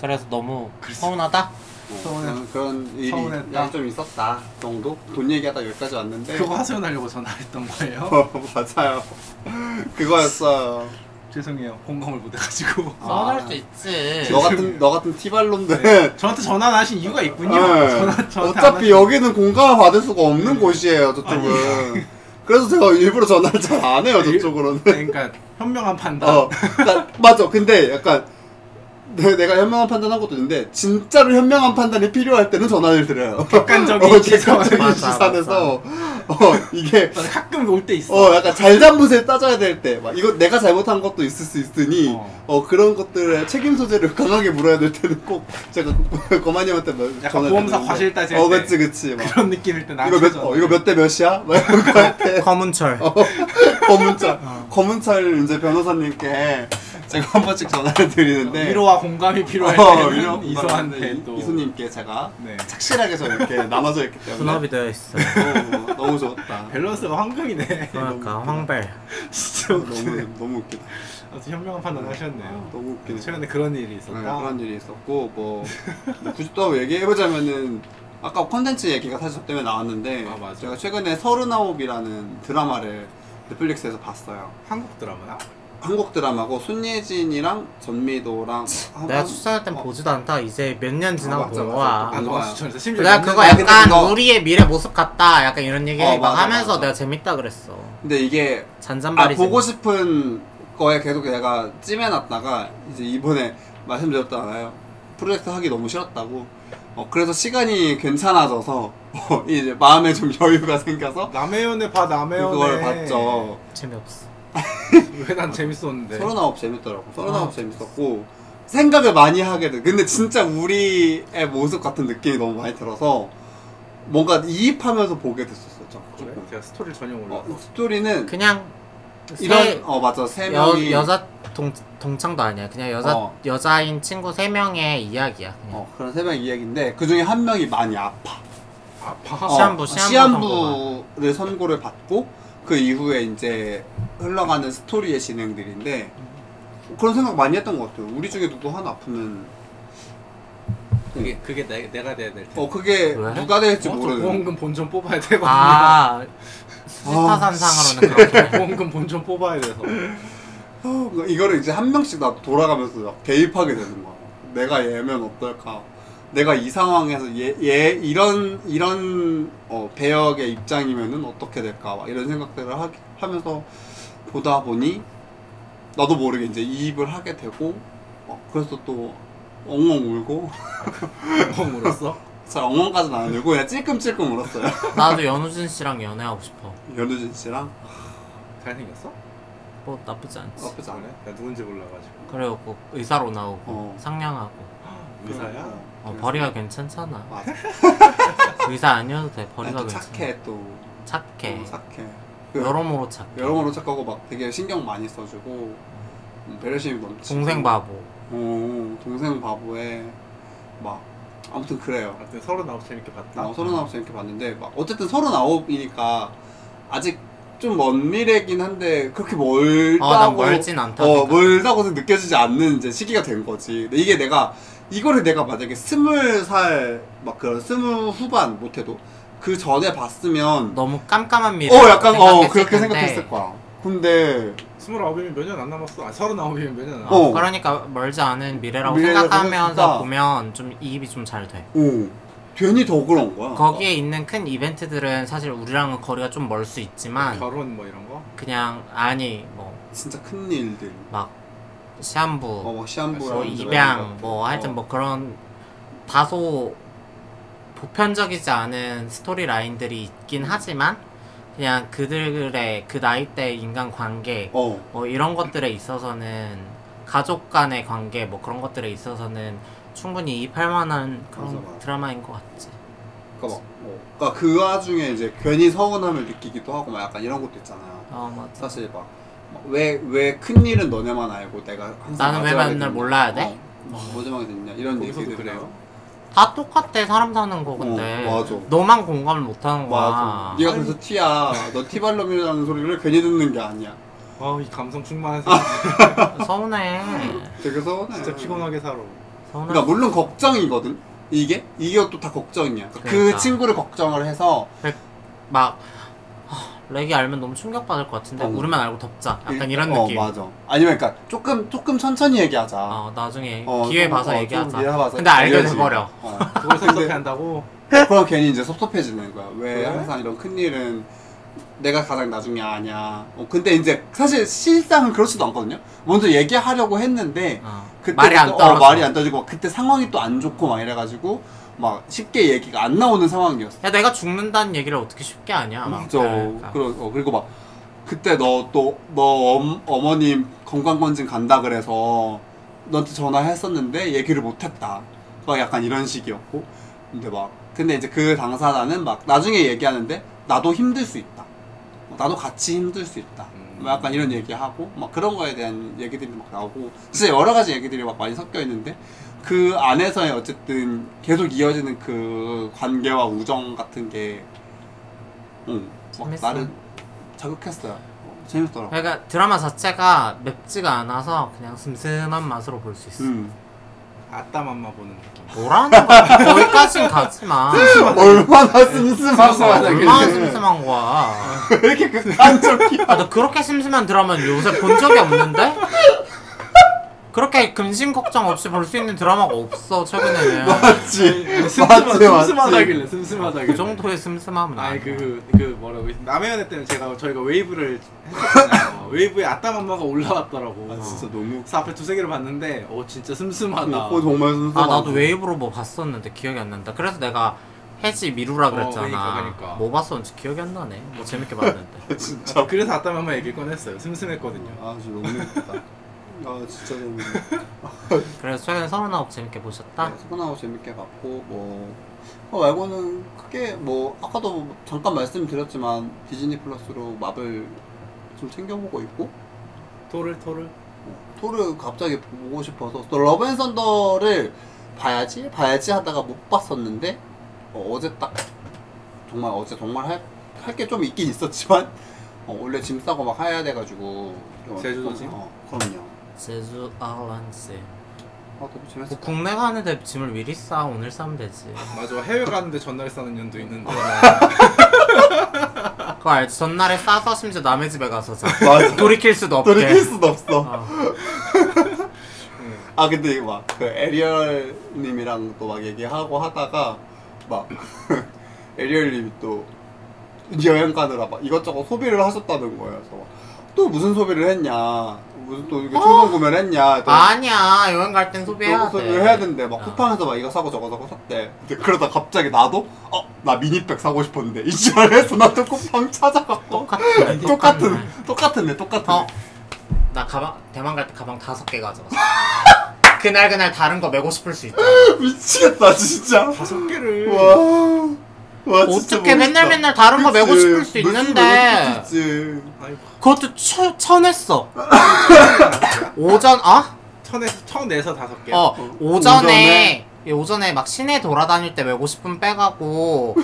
S3: 그래서 너무
S1: 그래서-
S3: 서운하다?
S2: 뭐
S1: 서운해.
S2: 그냥 그런 일이
S1: 서운했다.
S2: 그냥 좀 있었다 정도 돈 얘기하다 여기까지 왔는데
S1: 그거 하소연하려고 전화했던 거예요.
S2: 어, 맞아요 그거였어요
S1: 죄송해요. 공감을 못해가지고.
S2: 아.
S3: 서운할 수
S1: 네.
S3: 있지.
S2: 너 같은 너 같은 티발놈들은
S1: 저한테 전화 안 하신 이유가 있군요.
S2: 예.
S1: 전화, 네. 저한테 안 음. 하신-
S2: 어차피 여기는 공감을 받을 수가 없는 곳이에요 저쪽은 그래서 제가 일부러 전화를 잘 안 해요
S1: 네.
S2: 저쪽으로는
S1: 그러니까 현명한 판단.
S2: 어 그러니까 맞아 근데 약간 내, 내가 현명한 판단한 것도 있는데 진짜로 현명한 판단이 필요할 때는 전화를 드려요
S1: 객관적인
S2: 어,
S1: 시선.
S2: 객관적인
S3: 맞아,
S2: 시선에서 어 이게
S1: 나는 가끔 올 때 있어.
S2: 어 약간 잘잘못을 따져야 될 때 막 이거 내가 잘못한 것도 있을 수 있으니
S1: 어.
S2: 어, 그런 것들의 책임 소재를 강하게 물어야 될 때는 꼭 제가 거마님한테 막
S1: 약간
S2: 전화를
S1: 보험사
S2: 드리는데.
S1: 과실 따질
S2: 어
S1: 때.
S2: 그치 그치 막
S1: 그런 느낌일 때 나.
S2: 이거 몇 어, 이거 몇 대 몇이야 막 이런 거 할 때 어,
S3: 검은철.
S2: 검은철
S1: 어.
S2: 검은철 이제 변호사님께 제가 한 번씩 전화를 드리는데
S1: 어, 위로와 네. 공감이 필요할
S2: 어,
S1: 때는
S2: 위로-
S1: 이소한테 또.
S2: 이소님께 제가
S1: 네.
S2: 착실하게 저 이렇게 나눠져 있기 때문에
S3: 분업이 되어 있어.
S2: 어, 너무 좋았다
S1: 밸런스가 황금이네.
S3: 그러니까 황벨.
S1: 진짜 웃기네.
S2: 너무 너무 웃기다
S1: 아주 현명한 판단 하셨네요.
S2: 너무 웃기네
S1: 최근에 그런 일이
S2: 네,
S1: 있었다.
S2: 그런 일이 있었고 뭐 굳이 또 얘기해보자면은 아까 콘텐츠 얘기가 사실 저 때문에 나왔는데
S1: 아, 맞아.
S2: 제가 최근에 서른아홉이라는 드라마를 넷플릭스에서 봤어요
S1: 한국 드라마나?
S2: 한국 드라마고 손예진이랑 전미도랑 한-
S3: 내가
S2: 한-
S3: 출산할 땐
S2: 어,
S3: 보지도 않다. 이제 몇 년 지나고
S2: 아, 맞아,
S3: 본
S2: 맞아.
S3: 거야.
S2: 안
S1: 안동아
S2: 봐요.
S1: 추천해서 심지어
S3: 내가
S1: 옛날-
S3: 그거 뭐
S2: 아, 근데
S3: 약간
S2: 그거-
S3: 우리의 미래 모습 같다. 약간 이런 얘기
S2: 어,
S3: 막
S2: 맞아,
S3: 하면서
S2: 맞아.
S3: 내가 재밌다 그랬어.
S2: 근데 이게 아,
S3: 잔잔바리.
S2: 보고 싶은 거에 계속 내가 찜해놨다가 이제 이번에 말씀드렸잖아요. 프로젝트 하기 너무 싫었다고. 어, 그래서 시간이 괜찮아져서 어, 이제 마음에 좀 여유가 생겨서
S1: 남해연의 봐 남해연의
S2: 그 그걸 봤죠.
S3: 재미없어.
S1: 왜난 재밌었는데
S2: 서른아홉 재밌더라고. 서른아홉
S3: 네. 아.
S2: 재밌었고 생각을 많이 하게 돼. 근데 진짜 우리의 모습 같은 느낌이 너무 많이 들어서 뭔가 이입하면서 보게 됐었어. 좀.
S1: 그래?
S2: 조금.
S1: 제가 스토리를 전혀 몰라서
S2: 어, 스토리는
S3: 그냥
S2: 이런 어 맞아 세
S3: 세
S2: 명이
S3: 여, 여자 동, 동창도 아니야. 그냥 여자
S2: 어.
S3: 여자인 친구 세 명의 이야기야. 그냥.
S2: 어, 그런 세 명 이야기인데 그 중에 한 명이 많이 아파.
S1: 아파
S2: 어,
S3: 시한부, 시한부
S2: 시한부를 선고를 받고 그 이후에 이제 흘러가는 스토리의 진행들인데 그런 생각 많이 했던 것 같아요. 우리 중에 누구 하나 아프면
S1: 그게 그게 내, 내가 돼야 될 텐데
S2: 어 그게
S3: 왜?
S2: 누가 될지
S3: 어,
S1: 저
S2: 모르는.
S1: 보험금 본전 뽑아야 되거든요
S3: 아 수지타산상으로는 그렇게.
S1: 보험금 본전 뽑아야 돼서
S2: 어, 이거를 이제 한 명씩 나 돌아가면서 막 개입하게 되는 거야. 내가 얘면 어떨까? 내가 이 상황에서 얘, 얘 이런 이런 어, 배역의 입장이면은 어떻게 될까? 막 이런 생각들을 하, 하면서 보다 보니 나도 모르게 이제 이입을 하게 되고 어, 그래서 또 엉엉 울고
S1: 보험 울었어?
S2: 잘 엉엉까지는 안 울고 그냥 찔끔찔끔 울었어요.
S3: 나도 연우진 씨랑 연애하고 싶어.
S2: 연우진 씨랑
S1: 잘생겼어?
S3: 뭐 나쁘지 않지.
S2: 나쁘지 않아요.
S1: 그래? 나 누군지 몰라가지고
S3: 그리고 꼭 의사로 나오고
S2: 어.
S3: 상냥하고
S2: 음.
S1: 의사야?
S3: 어, 버리가 괜찮잖아.
S2: 그러니까. 맞아.
S3: 의사 아니어도 돼.
S2: 아니,
S3: 버리가
S2: 또
S3: 괜찮아.
S2: 착해 또
S3: 착해.
S2: 어, 착해. 그-
S3: 여러모로 착해.
S2: 여러모로 착하고 막 되게 신경 많이 써주고 음, 배려심이 넘치고
S3: 동생 바보. 어,
S2: 오, 동생 바보에 막 아무튼 그래요
S1: 아무튼 서른아홉 재밌게 봤다
S2: 나 서른아홉 재밌게 봤는데 막 어쨌든 서른아홉이니까 아직 좀 먼 미래긴 한데 그렇게 멀다고
S3: 어, 난 멀진 않다.
S2: 어, 멀다고 느껴지지 않는 이제 시기가 된 거지 근데 이게 내가 이거를 내가 만약에 스물 살 막 그런 스물 후반 못해도 그 전에 봤으면
S3: 너무 깜깜한 미래.
S2: 어 약간 어 그렇게 생각했을 거야. 근데
S1: 스물아홉이면 몇 년 안 남았어. 아 서른아홉이면 몇 년 안 남았어.
S2: 어.
S3: 그러니까 멀지 않은 미래라고
S2: 미래라고
S3: 생각하면서
S2: 생각하니까.
S3: 보면 좀 이입이 좀 잘 돼.
S2: 오 괜히 더 그런 거야.
S3: 거기에 있는 큰 이벤트들은 사실 우리랑은 거리가 좀 멀 수 있지만
S2: 그러니까.
S1: 결혼 뭐 이런 거?
S3: 그냥 아니 뭐
S2: 진짜 큰 일들.
S3: 시한부,
S2: 어막 시한부
S3: 뭐
S1: 그런
S3: 입양,
S1: 거야.
S3: 뭐 하여튼
S1: 어.
S3: 뭐 그런 다소 보편적이지 않은 스토리 라인들이 있긴 하지만 그냥 그들의 그 나이대 인간 관계
S2: 어
S3: 뭐 이런 것들에 있어서는 가족 간의 관계 뭐 그런 것들에 있어서는 충분히 이입할 만한 그런
S2: 맞아, 맞아.
S3: 드라마인 것 같지.
S2: 그러니까 막 어. 그러니까 그 와중에 이제 괜히 서운함을 느끼기도 하고 막 약간 이런 것도 있잖아요.
S3: 어 맞아.
S2: 사실 막왜왜 큰 일은 너네만 알고 내가 항상
S3: 나는 왜
S2: 가져야
S3: 맨날
S2: 되는-
S3: 몰라야 돼?
S2: 어, 모자하게 됐냐 이런
S1: 거기서도
S2: 얘기들
S1: 그래요?
S2: 해요.
S3: 다 똑같대 사람 사는 거 근데.
S2: 어, 맞아.
S3: 너만 공감을 못하는 거야.
S2: 맞아. 네가 그래서 티야. 너 티발럼이라는 소리를 괜히 듣는 게 아니야.
S1: 어, 아이 감성 충만한 사람
S3: 서운해.
S2: 되게 서운해.
S1: 진짜 피곤하게 살아.
S3: 서운해.
S2: 그러니까 물론 걱정이거든. 이게 이게 또 다 걱정이야. 그러니까
S3: 그러니까.
S2: 그 친구를 걱정을 해서
S3: 막 아, 렉이 알면 너무 충격받을 것 같은데
S2: 어.
S3: 우리만 알고 덮자. 약간
S2: 일-
S3: 이런
S2: 어,
S3: 느낌.
S2: 맞아. 아니면 그러니까 조금 조금 천천히 얘기하자.
S3: 어, 나중에
S2: 어,
S3: 기회
S2: 조금-
S3: 봐서
S2: 어,
S3: 얘기하자.
S2: 조금 기회 봐서
S3: 근데 알게
S2: 알려야지.
S3: 돼버려.
S2: 어.
S1: 그걸 섭섭해한다고.
S2: 그럼 괜히 이제 섭섭해지는 거야. 왜
S1: 왜?
S2: 항상 이런 큰 일은 내가 가장 나중에 아냐. 어, 근데 이제 사실 실상은 그렇지도 않거든요. 먼저 얘기하려고 했는데
S3: 어.
S2: 그때
S3: 말이 안
S2: 또-
S3: 떨어져.
S2: 어, 말이 안 떨어지고 막 그때 상황이 또 안 좋고 막 이래가지고 막 쉽게 얘기가 안 나오는 상황이었어.
S3: 야 내가 죽는다는 얘기를 어떻게 쉽게 아냐. 막
S2: 맞아.
S3: 그러니까.
S2: 그러, 어, 그리고 막 그때 너 또 너 어머님 건강검진 간다 그래서 너한테 전화했었는데 얘기를 못했다. 막 약간 이런 식이었고 근데 막 근데 이제 그 당사자는 막 나중에 얘기하는데 나도 힘들 수 있다. 어, 나도 같이 힘들 수 있다.
S1: 음.
S2: 막 약간 이런 얘기하고 막 그런 거에 대한 얘기들이 막 나오고 진짜 여러 가지 얘기들이 막 많이 섞여 있는데 그 안에서의 어쨌든 계속 이어지는 그 관계와 우정 같은 게 응, 막
S3: 재밌어.
S2: 나를 자극했어요. 어, 재밌더라고.
S3: 그러니까 드라마 자체가 맵지가 않아서 그냥 슴슴한 맛으로 볼 수 있어.
S2: 음.
S1: 아따 맘마 보는 느낌.
S3: 뭐라는 거야? 거기까진 가지 마.
S2: 얼마나 슴슴한
S1: 아,
S2: 거야, 되게.
S3: 얼마나 슴슴한 거야.
S2: 왜 이렇게
S1: 그
S2: 극단적이야?
S3: 아, 나 그렇게 슴슴한 드라마는 요새 본 적이 없는데? 그렇게 근심 걱정 없이 볼 수 있는 드라마가 없어,
S2: 네,
S3: 최근에는.
S2: 맞지.
S1: 네, 슴슴하,
S2: 맞지, 맞지.
S1: 슴슴하다길래 슴슴하다길래.
S3: 그 정도의 슴슴함은
S1: 아니
S3: 아니야.
S1: 그그
S2: 네.
S1: 그, 뭐라고 남해연애 때는 제가 저희가 웨이브를 했었잖아요. 웨이브에 아따 맘마가 올라왔더라고.
S2: 아, 진짜 너무.
S1: 그래서 앞에 두세 개를 봤는데 어 진짜 슴슴하다.
S2: 어, 정말 슴슴하다.
S3: 아, 나도 웨이브로 뭐 봤었는데 기억이 안 난다. 그래서 내가 해지 미루라 그랬잖아.
S1: 어, 그러니까, 그러니까.
S3: 뭐 봤었는지 기억이 안 나네. 뭐 재밌게 봤는데.
S2: 진짜.
S1: 그래서 아따 맘마 얘기 꺼냈어요. 슴슴했거든요.
S2: 아, 진짜 너무 웃기다. 아, 진짜 너무.
S3: 그래서 최근에 서른아홉 재밌게 보셨다?
S2: 네, 소나무 재밌게 봤고 뭐 그거 말고는 크게 뭐 아까도 잠깐 말씀드렸지만 디즈니 플러스로 마블 좀 챙겨보고 있고
S1: 토를 토를.
S2: 어, 토르 갑자기 보고 싶어서 또 러브 앤 썬더를 봐야지 봐야지 하다가 못 봤었는데 어, 어제 딱 정말 어제 정말 할 게 좀 있긴 있었지만 어, 원래 짐 싸고 막 해야 돼가지고 좀
S1: 제주도
S2: 어떡하지?
S1: 짐?
S2: 어, 그럼요
S3: 제주 아일랜드.
S2: 아 너무 재밌어
S3: 뭐 국내 가는데 짐을 미리 싸 오늘 싸면 되지.
S1: 맞아 해외 가는데 전날 싸는 년도 있는데.
S2: 아.
S3: 그거 알지? 전날에 싸서 심지어 남의 집에 가서 자.
S2: 맞아
S3: 돌이킬 수도 없게.
S2: 돌이킬 수도 없어
S3: 어.
S2: 아 근데 막 그 에리얼님이랑 또 막 얘기하고 하다가 막 에리얼님이 또 여행 가느라 막 이것저것 소비를 하셨다는 거예요. 그래서 막, 또 무슨 소비를 했냐, 무슨 또 이게 충동 구매를 했냐, 또,
S3: 어? 아니야 여행 갈 땐 소비해야
S2: 또
S3: 돼.
S2: 소비를 해야 되는데 막
S3: 어.
S2: 쿠팡에서 막 이거 사고 저거 사고 샀대. 근데 그러다 갑자기 나도 어 나 미니백 사고 싶었는데 이 시간에서 나또 쿠팡 찾아갔고
S3: 똑같은 애,
S2: 똑같은
S3: 애.
S2: 똑같은 애 똑같은 애.
S3: 어. 나 가방 대만 갈 때 가방 다섯 개 가져갔어. 그날 그날 다른 거 메고 싶을 수 있다.
S2: 미치겠다 진짜.
S1: 다섯 개를.
S2: 와. 와, 진짜
S3: 어떻게 맨날
S2: 멋있다.
S3: 맨날 다른 거
S2: 그치,
S3: 메고 싶을 수
S2: 무슨
S3: 있는데.
S2: 메고 싶을 수 있지.
S1: 아니
S3: 그것도 처, 쳐냈어. 오전 어?
S1: 천에서 천에서 다섯 개.
S3: 어 오전에 예, 오전에 막 시내 돌아다닐 때 메고 싶은 빼가고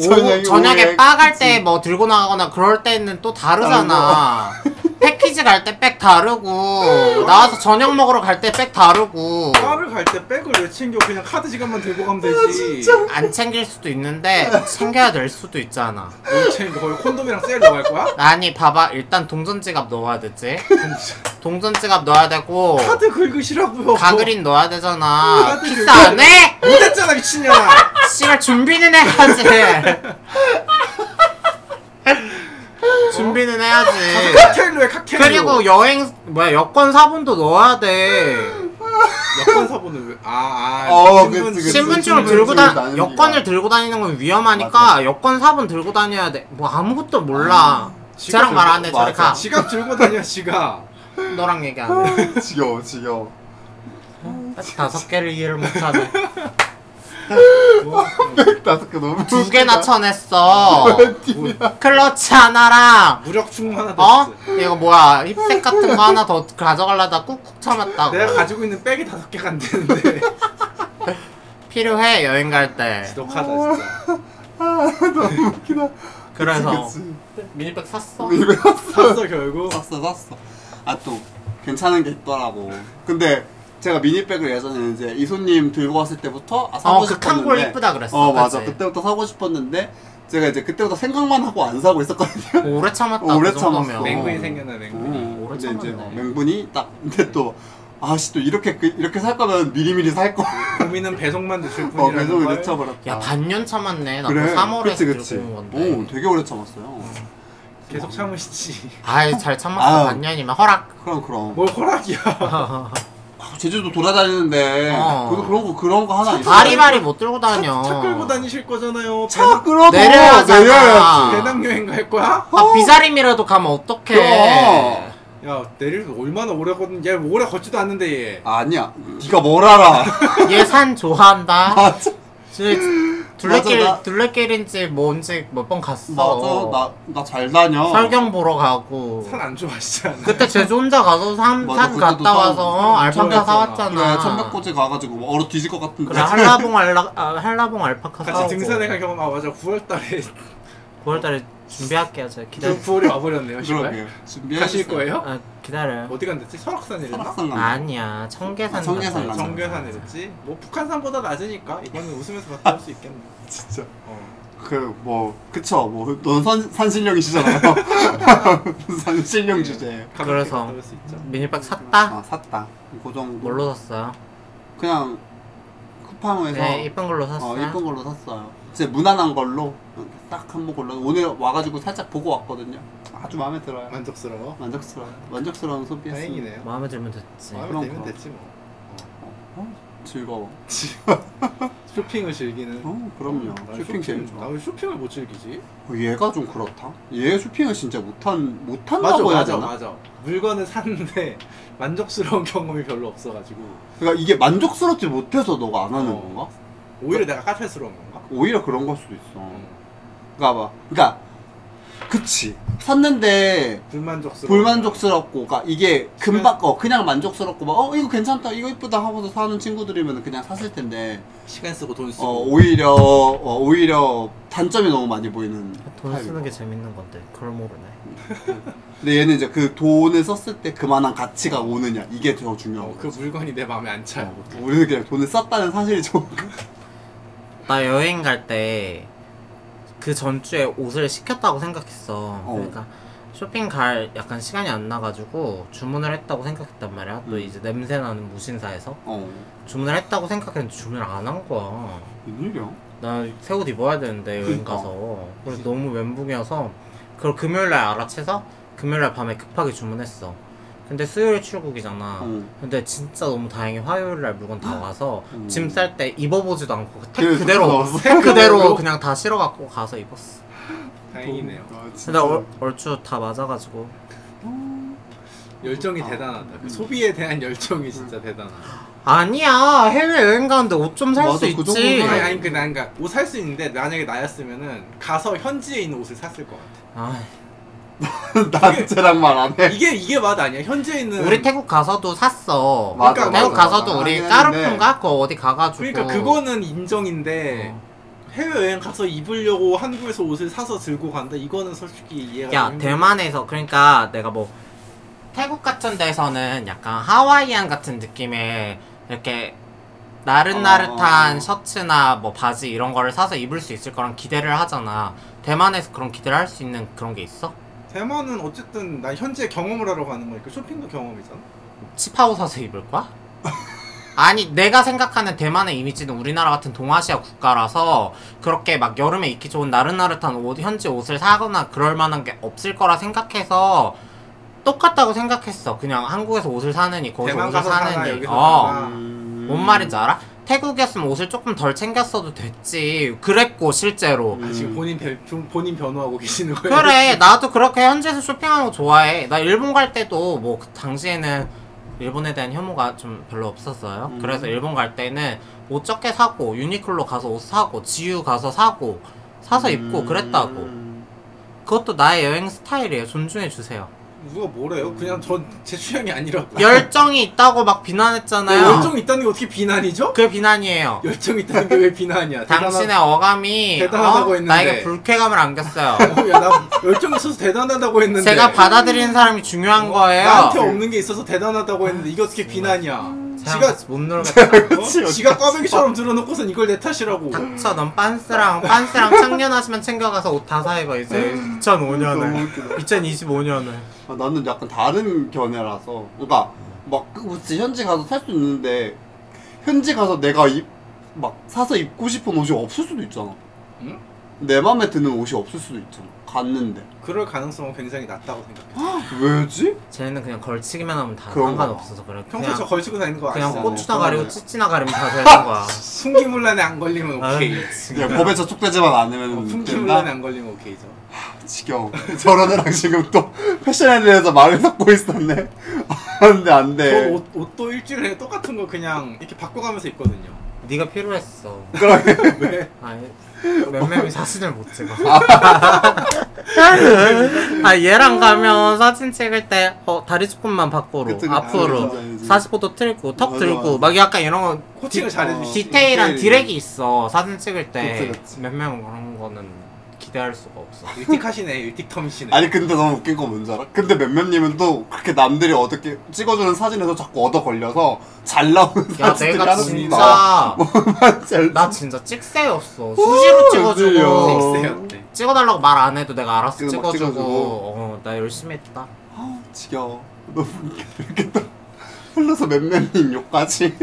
S3: 오후
S2: 저녁에
S3: 저녁에
S2: 오후에
S3: 빠 갈 때 뭐 들고 나가거나 그럴 때는 또 다르잖아. 패키지 갈 때 백 다르고 나와서 저녁 먹으러 갈 때 백 다르고
S1: 바를 갈 때 백을 왜 챙겨? 그냥 카드 지갑만 들고 가면
S2: 아,
S1: 되지.
S3: 안 챙길 수도 있는데 챙겨야 될 수도 있잖아.
S1: 뭘 챙겨? 거기 콘돔이랑 셀 넣어갈 거야?
S3: 아니 봐봐 일단 동전 지갑 넣어야 되지. 동전 지갑 넣어야 되고
S1: 카드 긁으시라고요.
S3: 가그린 넣어야 되잖아.
S1: 카드
S3: 키스
S1: 긁고.
S3: 안 해?
S1: 못했잖아 미친년아.
S3: 씨발 준비는 해야지. 준비는 해야지.
S1: 칵테일로 해 칵테일로.
S3: 네. 그리고 여행 뭐야 여권 사본도 넣어야 돼.
S1: 여권 사본은 왜? 아 아.
S2: 어,
S1: 신분-
S2: 그치, 그치.
S3: 신분증을
S2: 신분증을
S3: 들고 다
S2: 다니는
S3: 여권을 들고 다니는 건 위험하니까
S2: 맞아.
S3: 여권 사본 들고 다녀야 돼. 뭐 아무것도 몰라.
S1: 지갑
S3: 쟤랑 말
S1: 들고-
S3: 안 해. 저리
S2: 맞아.
S3: 가.
S1: 지갑 들고 다녀 지갑.
S3: 너랑 얘기 안 해.
S2: 지겨워 지겨워
S3: 다섯 개를 이해를 못하네.
S2: 다섯 개 너무
S3: 두 개나 쳐냈어.
S1: 뭐,
S3: 클러치 하나랑
S1: 무력 충만하다
S3: 어? 이거 뭐야 힙색 같은 거 하나 더 가져가려다 꾹꾹 참았다고.
S1: 내가 가지고 있는 백이 다섯 개가 안 되는데
S3: 필요해 여행 갈 때.
S1: 지독하다 진짜
S3: 그래서
S2: 그치.
S3: 미니백 샀어.
S2: 입에
S1: 샀어 결국
S2: 샀어 샀어 아 또 괜찮은 게 있더라고 근데 제가 미니백을 예전에 이제 이소님 들고 왔을 때부터 아, 사고
S3: 어, 그
S2: 싶었는데
S3: 캉볼 이쁘다 그랬어,
S2: 어 맞아
S3: 그치?
S2: 그때부터 사고 싶었는데 제가 이제 그때부터 생각만 하고 안 사고 있었거든요
S3: 오래 참았다.
S2: 오래
S3: 그 정도면.
S2: 참았어.
S1: 맹군이 생겼나 맹군이
S2: 어,
S3: 음, 오래
S2: 근데 이제
S3: 참았네.
S2: 맹분이 딱 근데 또 아씨 또 이렇게 그- 이렇게 살 거면 미리미리 살 거.
S1: 고민은 배송만 늦출
S2: 어 그래서
S1: 뿐이라는 걸
S2: 늦춰버렸다.
S3: 야 반년 참았네. 나도
S2: 그래.
S3: 3월에
S2: 그치,
S3: 아, 들고
S2: 그치.
S3: 온 건데.
S2: 오 되게 오래 참았어요.
S1: 계속 참으시지
S3: 아이 잘 참았어
S2: 아유.
S3: 반년이면 허락
S2: 그럼 그럼.
S3: 뭐?
S1: 뭘 허락이야
S2: 아, 제주도 돌아다니는데
S3: 어.
S2: 그래도 그런 거 그런 거 하나 있어.
S3: 바리바리 못 들고 다녀
S1: 차 끌고 다니실 거잖아요
S2: 차 끌어도
S3: 내려야잖아.
S1: 배낭-
S2: 내려야지. 어?
S1: 배낭여행 갈 거야?
S3: 아 비자림이라도 가면 어떡해
S2: 야.
S1: 야 내릴 거 얼마나 오래 걷는 얘 오래 걷지도 않는데 얘
S2: 아니야. 네가 뭘 알아?
S3: 얘 산 좋아한다
S2: 맞아.
S3: 쟤 둘레길
S2: 맞아, 나-
S3: 둘레길인지 뭔지 몇 번 갔어
S2: 맞아. 나나 어. 잘 다녀.
S3: 설경 보러 가고
S1: 산 안 좋아하시잖아
S3: 그때 제주 혼자 가서 산,
S2: 맞아,
S3: 산
S2: 그때도
S3: 갔다
S2: 산
S3: 와서 어, 알파카
S1: 엄청
S3: 사왔잖아
S2: 그래 네, 천백고지 가가지고 뭐 얼어 뒤질 것 같은데.
S3: 그래 한라봉 알라 아, 한라봉 알파카
S1: 같이
S3: 사오고
S1: 등산에 갈 경험 아 맞아 9월달에
S3: 9월달에 준비할게요 제가 기다려
S1: 9월에 와버렸네요 시발
S2: 그러게. 준비해.
S1: 가실 거예요?
S3: 아, 기다려요
S1: 어디 간댔지? 설악산이랬나?
S2: 설악산 가.
S3: 아니야 청계산
S2: 청계산
S3: 갔어요.
S2: 맞아.
S1: 정계산이랬지? 뭐 북한산보다 낮으니까 이거는 웃으면서 봤다 할수 있겠네
S2: 진짜.
S1: 어.
S2: 그 뭐 그쵸 뭐넌산 산신령이시잖아요. 산신령 주제.
S1: 가볍게
S3: 그래서.
S1: 갔다 올수 있죠.
S3: 미니백 샀다
S2: 아 샀다. 그 정도.
S3: 뭘로 샀어요?
S2: 그냥 쿠팡에서
S3: 네, 이쁜 걸로 샀어요.
S2: 어 이쁜 걸로 샀어요. 진짜 무난한 걸로 딱 한 번 걸로 오늘 와가지고 살짝 보고 왔거든요. 아주 마음에 들어요.
S1: 만족스러워.
S2: 만족스러워. 만족스러운 소비였어요.
S1: 다행이네요.
S3: 마음에 들면 됐지.
S1: 마음에
S2: 그럼,
S1: 들면
S2: 그럼.
S1: 됐지 뭐.
S2: 즐거워.
S1: 쇼핑을 즐기는.
S2: 어 그럼요.
S1: 음, 난
S2: 쇼핑 제일 좋아.
S1: 나왜 쇼핑을 못 즐기지?
S2: 어, 얘가 좀 그렇다. 얘 쇼핑을 진짜 못한
S1: 맞아
S2: 못한다고 해야
S1: 맞아
S2: 되나?
S1: 맞아. 물건을 샀는데 만족스러운 경험이 별로 없어가지고
S2: 그러니까 이게 만족스럽지 못해서 너가 안 하는
S1: 어.
S2: 건가?
S1: 오히려 내가 까탈스러운 건가?
S2: 오히려 그런 걸 수도 있어.
S1: 음.
S2: 그러니까 막 그러니까 그치 샀는데
S1: 불만족스러워.
S2: 불만족스럽고 그러니까 이게 금방 어 그냥 만족스럽고 막 어 이거 괜찮다 이거 이쁘다 하고서 사는 친구들이면 그냥 샀을 텐데
S1: 시간 쓰고 돈
S2: 어 오히려 어 오히려 단점이 너무 많이 보이는
S3: 아, 돈
S2: 타입이고.
S3: 쓰는 게 재밌는 건데 그걸 모르네.
S2: 근데 얘는 이제 그 돈을 썼을 때 그만한 가치가 오느냐 이게 더 중요하고
S1: 어, 그 물건이 내 마음에 안 차요.
S2: 우리는 그냥 어, 돈을 썼다는 사실이 좀
S3: 나 여행 갈 때 그 전주에 옷을 시켰다고 생각했어.
S2: 어.
S3: 그러니까 쇼핑 갈 약간 시간이 안 나가지고 주문을 했다고 생각했단 말이야. 또
S2: 음.
S3: 이제 냄새 나는 무신사에서
S2: 어
S3: 주문을 했다고 생각했는데 주문을 안 한 거야.
S2: 웬일이야
S3: 나 새 옷 입어야 되는데 여행
S2: 그러니까.
S3: 가서 그래서 너무 멘붕이어서 그걸 금요일 날 알아채서 금요일 날 밤에 급하게 주문했어. 근데 수요일 출국이잖아.
S2: 어.
S3: 근데 진짜 너무 다행히 화요일 날 물건 다 와서
S2: 음.
S3: 짐 쌀 때 입어보지도 않고 택
S2: 그래, 뭐
S3: 그대로
S2: 넣었어.
S3: 택 그대로 그냥 다 실어 갖고 가서 입었어.
S1: 다행이네요.
S2: 아,
S3: 근데
S2: 진짜.
S3: 얼, 얼추 다 맞아가지고
S1: 열정이
S2: 아. 음.
S1: 대단하다. 그 소비에 대한 열정이 진짜 대단하다.
S3: 아니야 해외 여행 가는데 옷 좀 살
S2: 맞아,
S3: 수
S2: 그
S3: 있지.
S2: 정도는
S1: 아니 아니 그난가 옷 살 수 있는데 만약에 나였으면은 가서 현지에 있는 옷을 샀을 것 같아.
S3: 아,
S2: 나 쟤랑 말안 해.
S1: 이게 이게 맛 아니야. 현지에 있는
S3: 우리 태국 가서도 샀어.
S2: 맞아,
S3: 태국
S1: 맞아,
S3: 가서도
S2: 맞아.
S3: 우리
S2: 하긴
S3: 까르푼가 그 어디 가가지고.
S1: 그러니까 그거는 인정인데
S2: 어.
S1: 해외 여행 가서 입으려고 한국에서 옷을 사서 들고 간다. 이거는 솔직히 이해가
S3: 야
S1: 좀 힘들어.
S3: 대만에서 그러니까 내가 뭐 태국 같은 데서는 약간 하와이안 같은 느낌의 이렇게 나른나릇한
S2: 어.
S3: 셔츠나 뭐 바지 이런 거를 사서 입을 수 있을 거란 기대를 하잖아. 대만에서 그런 기대를 할 수 있는 그런 게 있어?
S1: 대만은 어쨌든 나 현재 경험을 하러 가는 거니까 쇼핑도 경험이잖아.
S3: 치파오 사서 입을 거야? 아니 내가 생각하는 대만의 이미지는 우리나라 같은 동아시아 국가라서 그렇게 막 여름에 입기 좋은 나른나릇한 옷, 현지 옷을 사거나 그럴 만한 게 없을 거라 생각해서 똑같다고 생각했어. 그냥 한국에서 옷을 사느니 거기서
S1: 대만
S3: 옷을
S1: 가서 아, 사나,
S3: 사느니.
S1: 여기서
S3: 어.
S1: 사나.
S2: 음.
S3: 뭔 말인지 알아? 태국이었으면 옷을 조금 덜 챙겼어도 됐지. 그랬고 실제로.
S1: 아, 지금
S2: 음.
S1: 본인 변, 좀 본인 변호하고 계시는 거예요.
S3: 그래 나도 그렇게 현지에서 쇼핑하는 거 좋아해 나 일본 갈 때도 뭐그 당시에는 일본에 대한 혐오가 좀 별로 없었어요
S2: 음.
S3: 그래서 일본 갈 때는 옷 적게 사고 유니클로 가서 옷 사고 지유 가서 사고 사서 입고
S2: 음.
S3: 그랬다고 그것도 나의 여행 스타일이에요 존중해 주세요
S1: 누가 뭐래요? 그냥 전 제 취향이 아니라고.
S3: 열정이 있다고 막
S1: 네,
S3: 비난했잖아요
S1: 열정 있다는 게 어떻게 비난이죠?
S3: 그게 비난이에요
S1: 열정 있다는 게 왜 비난이야?
S3: 당신의 어감이
S1: 어, 대단하다고
S3: 어?
S1: 했는데.
S3: 나에게 불쾌감을 안겼어요
S1: 대단하다고- 야, 나 열정 있어서 대단하다고 했는데.
S3: 제가 받아들이는 사람이 중요한 거예요
S1: 어, 나한테 없는 게 있어서 대단하다고 했는데 이게 어떻게 비난이야? 지가
S3: 지가 못 놀겠다
S1: 어? 지가 꽈배기처럼 들어놓고선 이걸 내 탓이라고.
S3: 닥쳐 넌 빤스랑 빤스랑 청년하시면 챙겨가서 옷 다 사입어 이제
S2: 음, 너무
S3: 2005년을
S2: 웃기다.
S3: 2025년을
S2: 아, 나는 약간 다른 견해라서 그러니까 막 그치 현지 가서 살 수 있는데 현지 가서 내가 입, 막 사서 입고 싶은 옷이 없을 수도 있잖아
S1: 응?
S2: 내 맘에 드는 옷이 없을 수도 있잖아 갔는데
S1: 그럴 가능성은 굉장히 낮다고 생각해.
S2: 왜지?
S3: 쟤네는 그냥 걸치기만 하면 다
S2: 그런가 봐.
S3: 상관없어서 그래
S1: 평소에 저
S3: 그냥,
S1: 걸치고 다니는 거
S3: 그냥
S1: 아시잖아요.
S3: 고추나
S2: 그러네.
S3: 가리고 찌찌나 가리면 다 되는 거야
S1: 숨기물란에 안 걸리면 오케이.
S3: 아유,
S2: 야,
S3: 지금.
S2: 법에 저촉되지만 않으면
S1: 어,
S2: 된다?
S1: 숨기물란에 안 걸리면 오케이죠.
S2: 지겨워. 저런 애랑 지금 또 패션에 대해서 말을 섞고 있었네. 아, 안돼
S1: 저
S2: 안돼.
S1: 옷, 옷도 일주일에 똑같은 거 그냥 이렇게 바꿔가면서 입거든요.
S3: 네가 필요했어
S1: 왜?
S3: 아니 맴맴이 사진을 못 찍어 아 얘랑 가면 사진 찍을 때 어 다리 조금만 밖으로
S2: 그치, 그치.
S3: 앞으로
S2: 알지, 알지.
S3: 40도도 틀고 턱
S2: 맞아, 맞아.
S3: 들고 막 약간 이런 거
S1: 코칭을
S2: 디-
S1: 잘해주시.
S3: 디테일한
S2: 어, 디테일이. 네.
S3: 디렉이 있어 사진 찍을 때
S2: 그치, 그치.
S3: 몇몇 그런 거는 기대할 수가 없어
S1: 일틱하시네, 일틱텀이시네.
S2: 아니 근데 너무 웃긴 건 뭔지 알아? 근데 몇몇님은 또 그렇게 남들이 어떻게 찍어주는 사진에서 자꾸 얻어 걸려서 잘 나오는
S3: 야
S2: 아, 사진들이
S3: 내가
S2: 하나씩
S3: 진짜
S2: 나와. 잘
S3: 나 진짜 찍새였어 수시로 찍어주고
S2: 그래요.
S1: 섹스였대.
S3: 찍어달라고 말 안 해도 내가 알아서
S2: 그래서 막
S3: 찍어주고,
S2: 찍어주고.
S3: 어, 나 열심히 했다
S2: 아, 지겨워. 너무 웃겨. 이렇게 또 흘러서 몇몇님 욕까지.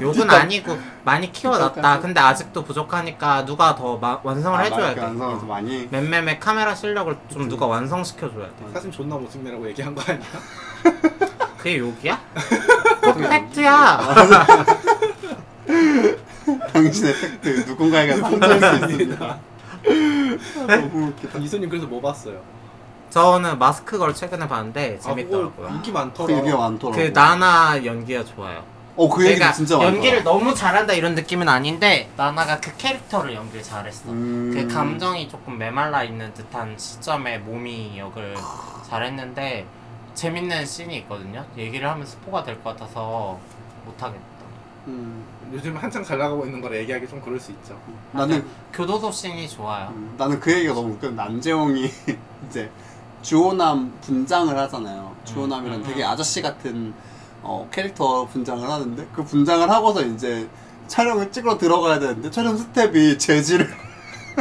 S3: 욕은
S2: 진짜.
S3: 아니고 많이 키워놨다 근데 아직도 부족하니까 누가 더 마- 완성을 해줘야
S2: 아, 안
S3: 돼
S2: 상해서 많이.
S3: 맴맴의 카메라 실력을 좀 누가 완성시켜줘야 돼
S1: 사진 존나 못생기라고 얘기한 거 아니야?
S3: 그게 욕이야? 그거 팩트야
S2: 당신의 팩트 누군가에게 상처일 수 있습니다. 너무 웃기다.
S1: 네. 이소님 그래서 뭐 봤어요?
S3: 저는 마스크 걸 최근에 봤는데
S1: 아 그거
S3: 재밌더라고요
S1: 인기
S2: 그
S1: 많더라.
S2: 얘기가 많더라고.
S3: 그 나나 연기가 좋아요. 그러니까
S2: 어, 그 얘기 진짜 많더라.
S3: 연기를 너무 잘한다 이런 느낌은 아닌데 나나가 그 캐릭터를 연기를 잘했어.
S2: 음.
S3: 그 감정이 조금 메말라 있는 듯한 시점에 몸이 역을 잘했는데 재밌는 씬이 있거든요. 얘기를 하면 스포가 될 것 같아서 못하겠다.
S2: 음.
S1: 요즘 한창 잘 나가고 있는 거라 얘기하기 좀 그럴 수 있죠.
S2: 나는
S3: 교도소 씬이 좋아요.
S2: 음, 나는 그 얘기가 너무 웃겨. 남재홍이 이제 주호남 분장을 하잖아요. 주호남이란
S3: 음.
S2: 되게 아저씨 같은 어, 캐릭터 분장을 하는데 그 분장을 하고서 이제 촬영을 찍으러 들어가야 되는데 촬영 스텝이 재질을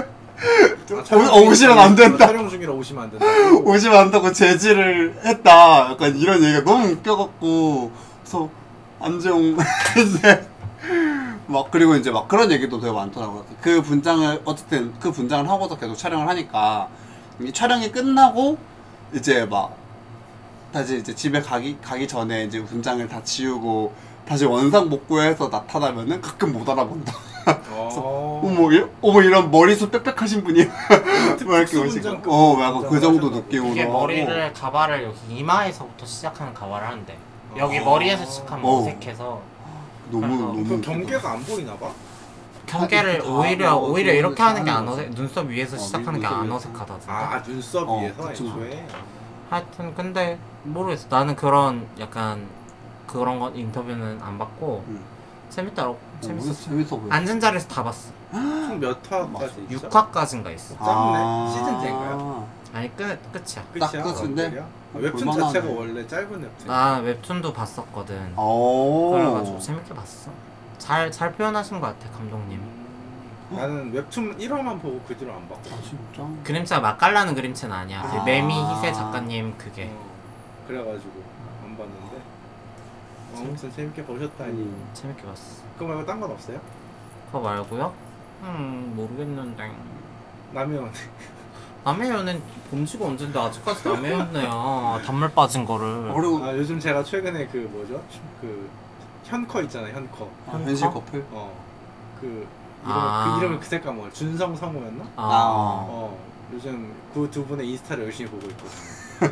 S1: 아,
S2: 어, 오- 오시면 안 된다.
S1: 촬영 중이라 오시면 안 된다.
S2: 오시면 안 된다고 제지를 했다. 약간 이런 얘기가 너무 웃겨갖고 그래서 안재홍 이제 막 그리고 이제 막 그런 얘기도 되게 많더라고요. 그 분장을 어쨌든 그 분장을 하고서 계속 촬영을 하니까 이 촬영이 끝나고 이제 막 다시 이제 집에 가기 가기 전에 이제 분장을 다 지우고 다시 원상 복구해서 나타나면은 가끔 못 알아본다.
S1: 어.
S2: 어머, 이- 어머 이런 머리숱 빽빽하신 분이 왜뭐 이렇게
S1: 특수
S2: 오시고?
S1: 분장급
S2: 어, 약간 그 정도
S1: 분장을
S2: 느낌으로.
S3: 이게
S2: 하고.
S3: 머리를 가발을 여기 이마에서부터 시작하는 가발을 하는데 여기
S1: 어.
S3: 머리에서 시작하면
S2: 아. 어.
S3: 어색해서
S2: 너무
S3: 어,
S2: 너무
S1: 그
S2: 웃기다.
S1: 경계가 안 보이나 봐.
S3: 경계를
S2: 다
S3: 오히려
S2: 뭐
S3: 오히려 이렇게
S2: 다
S3: 하는 게 안
S2: 하는
S3: 어색 눈썹 위에서
S2: 어,
S3: 시작하는 게
S2: 눈썹
S3: 안
S2: 위에서.
S3: 어색하다던데.
S1: 아 눈썹
S2: 어,
S1: 위에서
S2: 그쵸.
S1: 애초에.
S3: 하여튼 근데 모르겠어. 나는 그런 약간 그런 건 인터뷰는 안 받고
S2: 음.
S3: 재밌더라고.
S2: 어,
S3: 재밌었어.
S2: 재밌어
S1: 아.
S2: 보여.
S3: 앉은 자리에서 다 봤어.
S1: 총몇 화까지 있어?
S3: 6화까지인가 있어.
S2: 아.
S1: 짧네. 시즌제인가요?
S3: 아니 끝 끝이야.
S2: 딱
S1: 끝이야.
S2: 끝인데?
S1: 웹툰이야? 웹툰
S2: 볼만하네. 아.
S1: 자체가 원래 짧은 웹툰.
S3: 나 웹툰도 봤었거든.
S2: 오.
S3: 그래가지고 재밌게 봤어. 잘 잘 표현하신 것 같아 감독님.
S1: 음. 나는 웹툰 1화만 보고 그 뒤로 안 봤고.
S2: 아 진짜?
S3: 그림체가 맛깔나는 그림체는 아니야. 그
S2: 아.
S3: 매미 희세 작가님 그게
S1: 어, 그래가지고 안 봤는데. 어, 아무튼 재밌게 보셨다니.
S2: 음.
S3: 재밌게 봤어.
S1: 그거 말고 딴 건 없어요?
S3: 그거 말고요? 음 모르겠는데.
S1: 남의 연
S2: 어.
S3: 남의 연애 봄지가 언젠데 아직까지 남의 연애야. 단물 빠진 거를.
S2: 어려운
S1: 아, 요즘 제가 최근에 그 뭐죠? 그 현커 있잖아, 요 현커.
S2: 아, 현실 커플?
S1: 어. 그 이름
S3: 아.
S1: 그 이름을 그새 까먹어. 준성 성우였나?
S2: 아.
S1: 어. 요즘 그 두 분의 인스타를 열심히 보고 있거든요.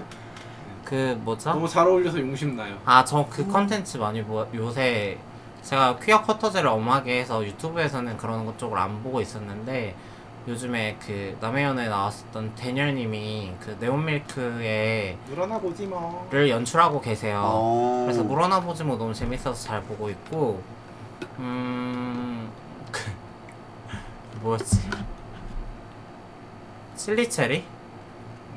S3: 그 뭐죠?
S1: 너무 잘 어울려서 용심 나요.
S3: 아 저 그 컨텐츠 많이 보, 요새 제가 퀴어 쿼터제를 엄하게 해서 유튜브에서는 그런 것 쪽을 안 보고 있었는데 요즘에 그 남의 연애 나왔었던 대녀님이 그 네온밀크에를
S1: 늘어나 보지 뭐.
S3: 연출하고 계세요.
S2: 어.
S3: 그래서 물어나 보지 뭐 너무 재밌어서 잘 보고 있고 음... 그... 뭐였지? 칠리체리?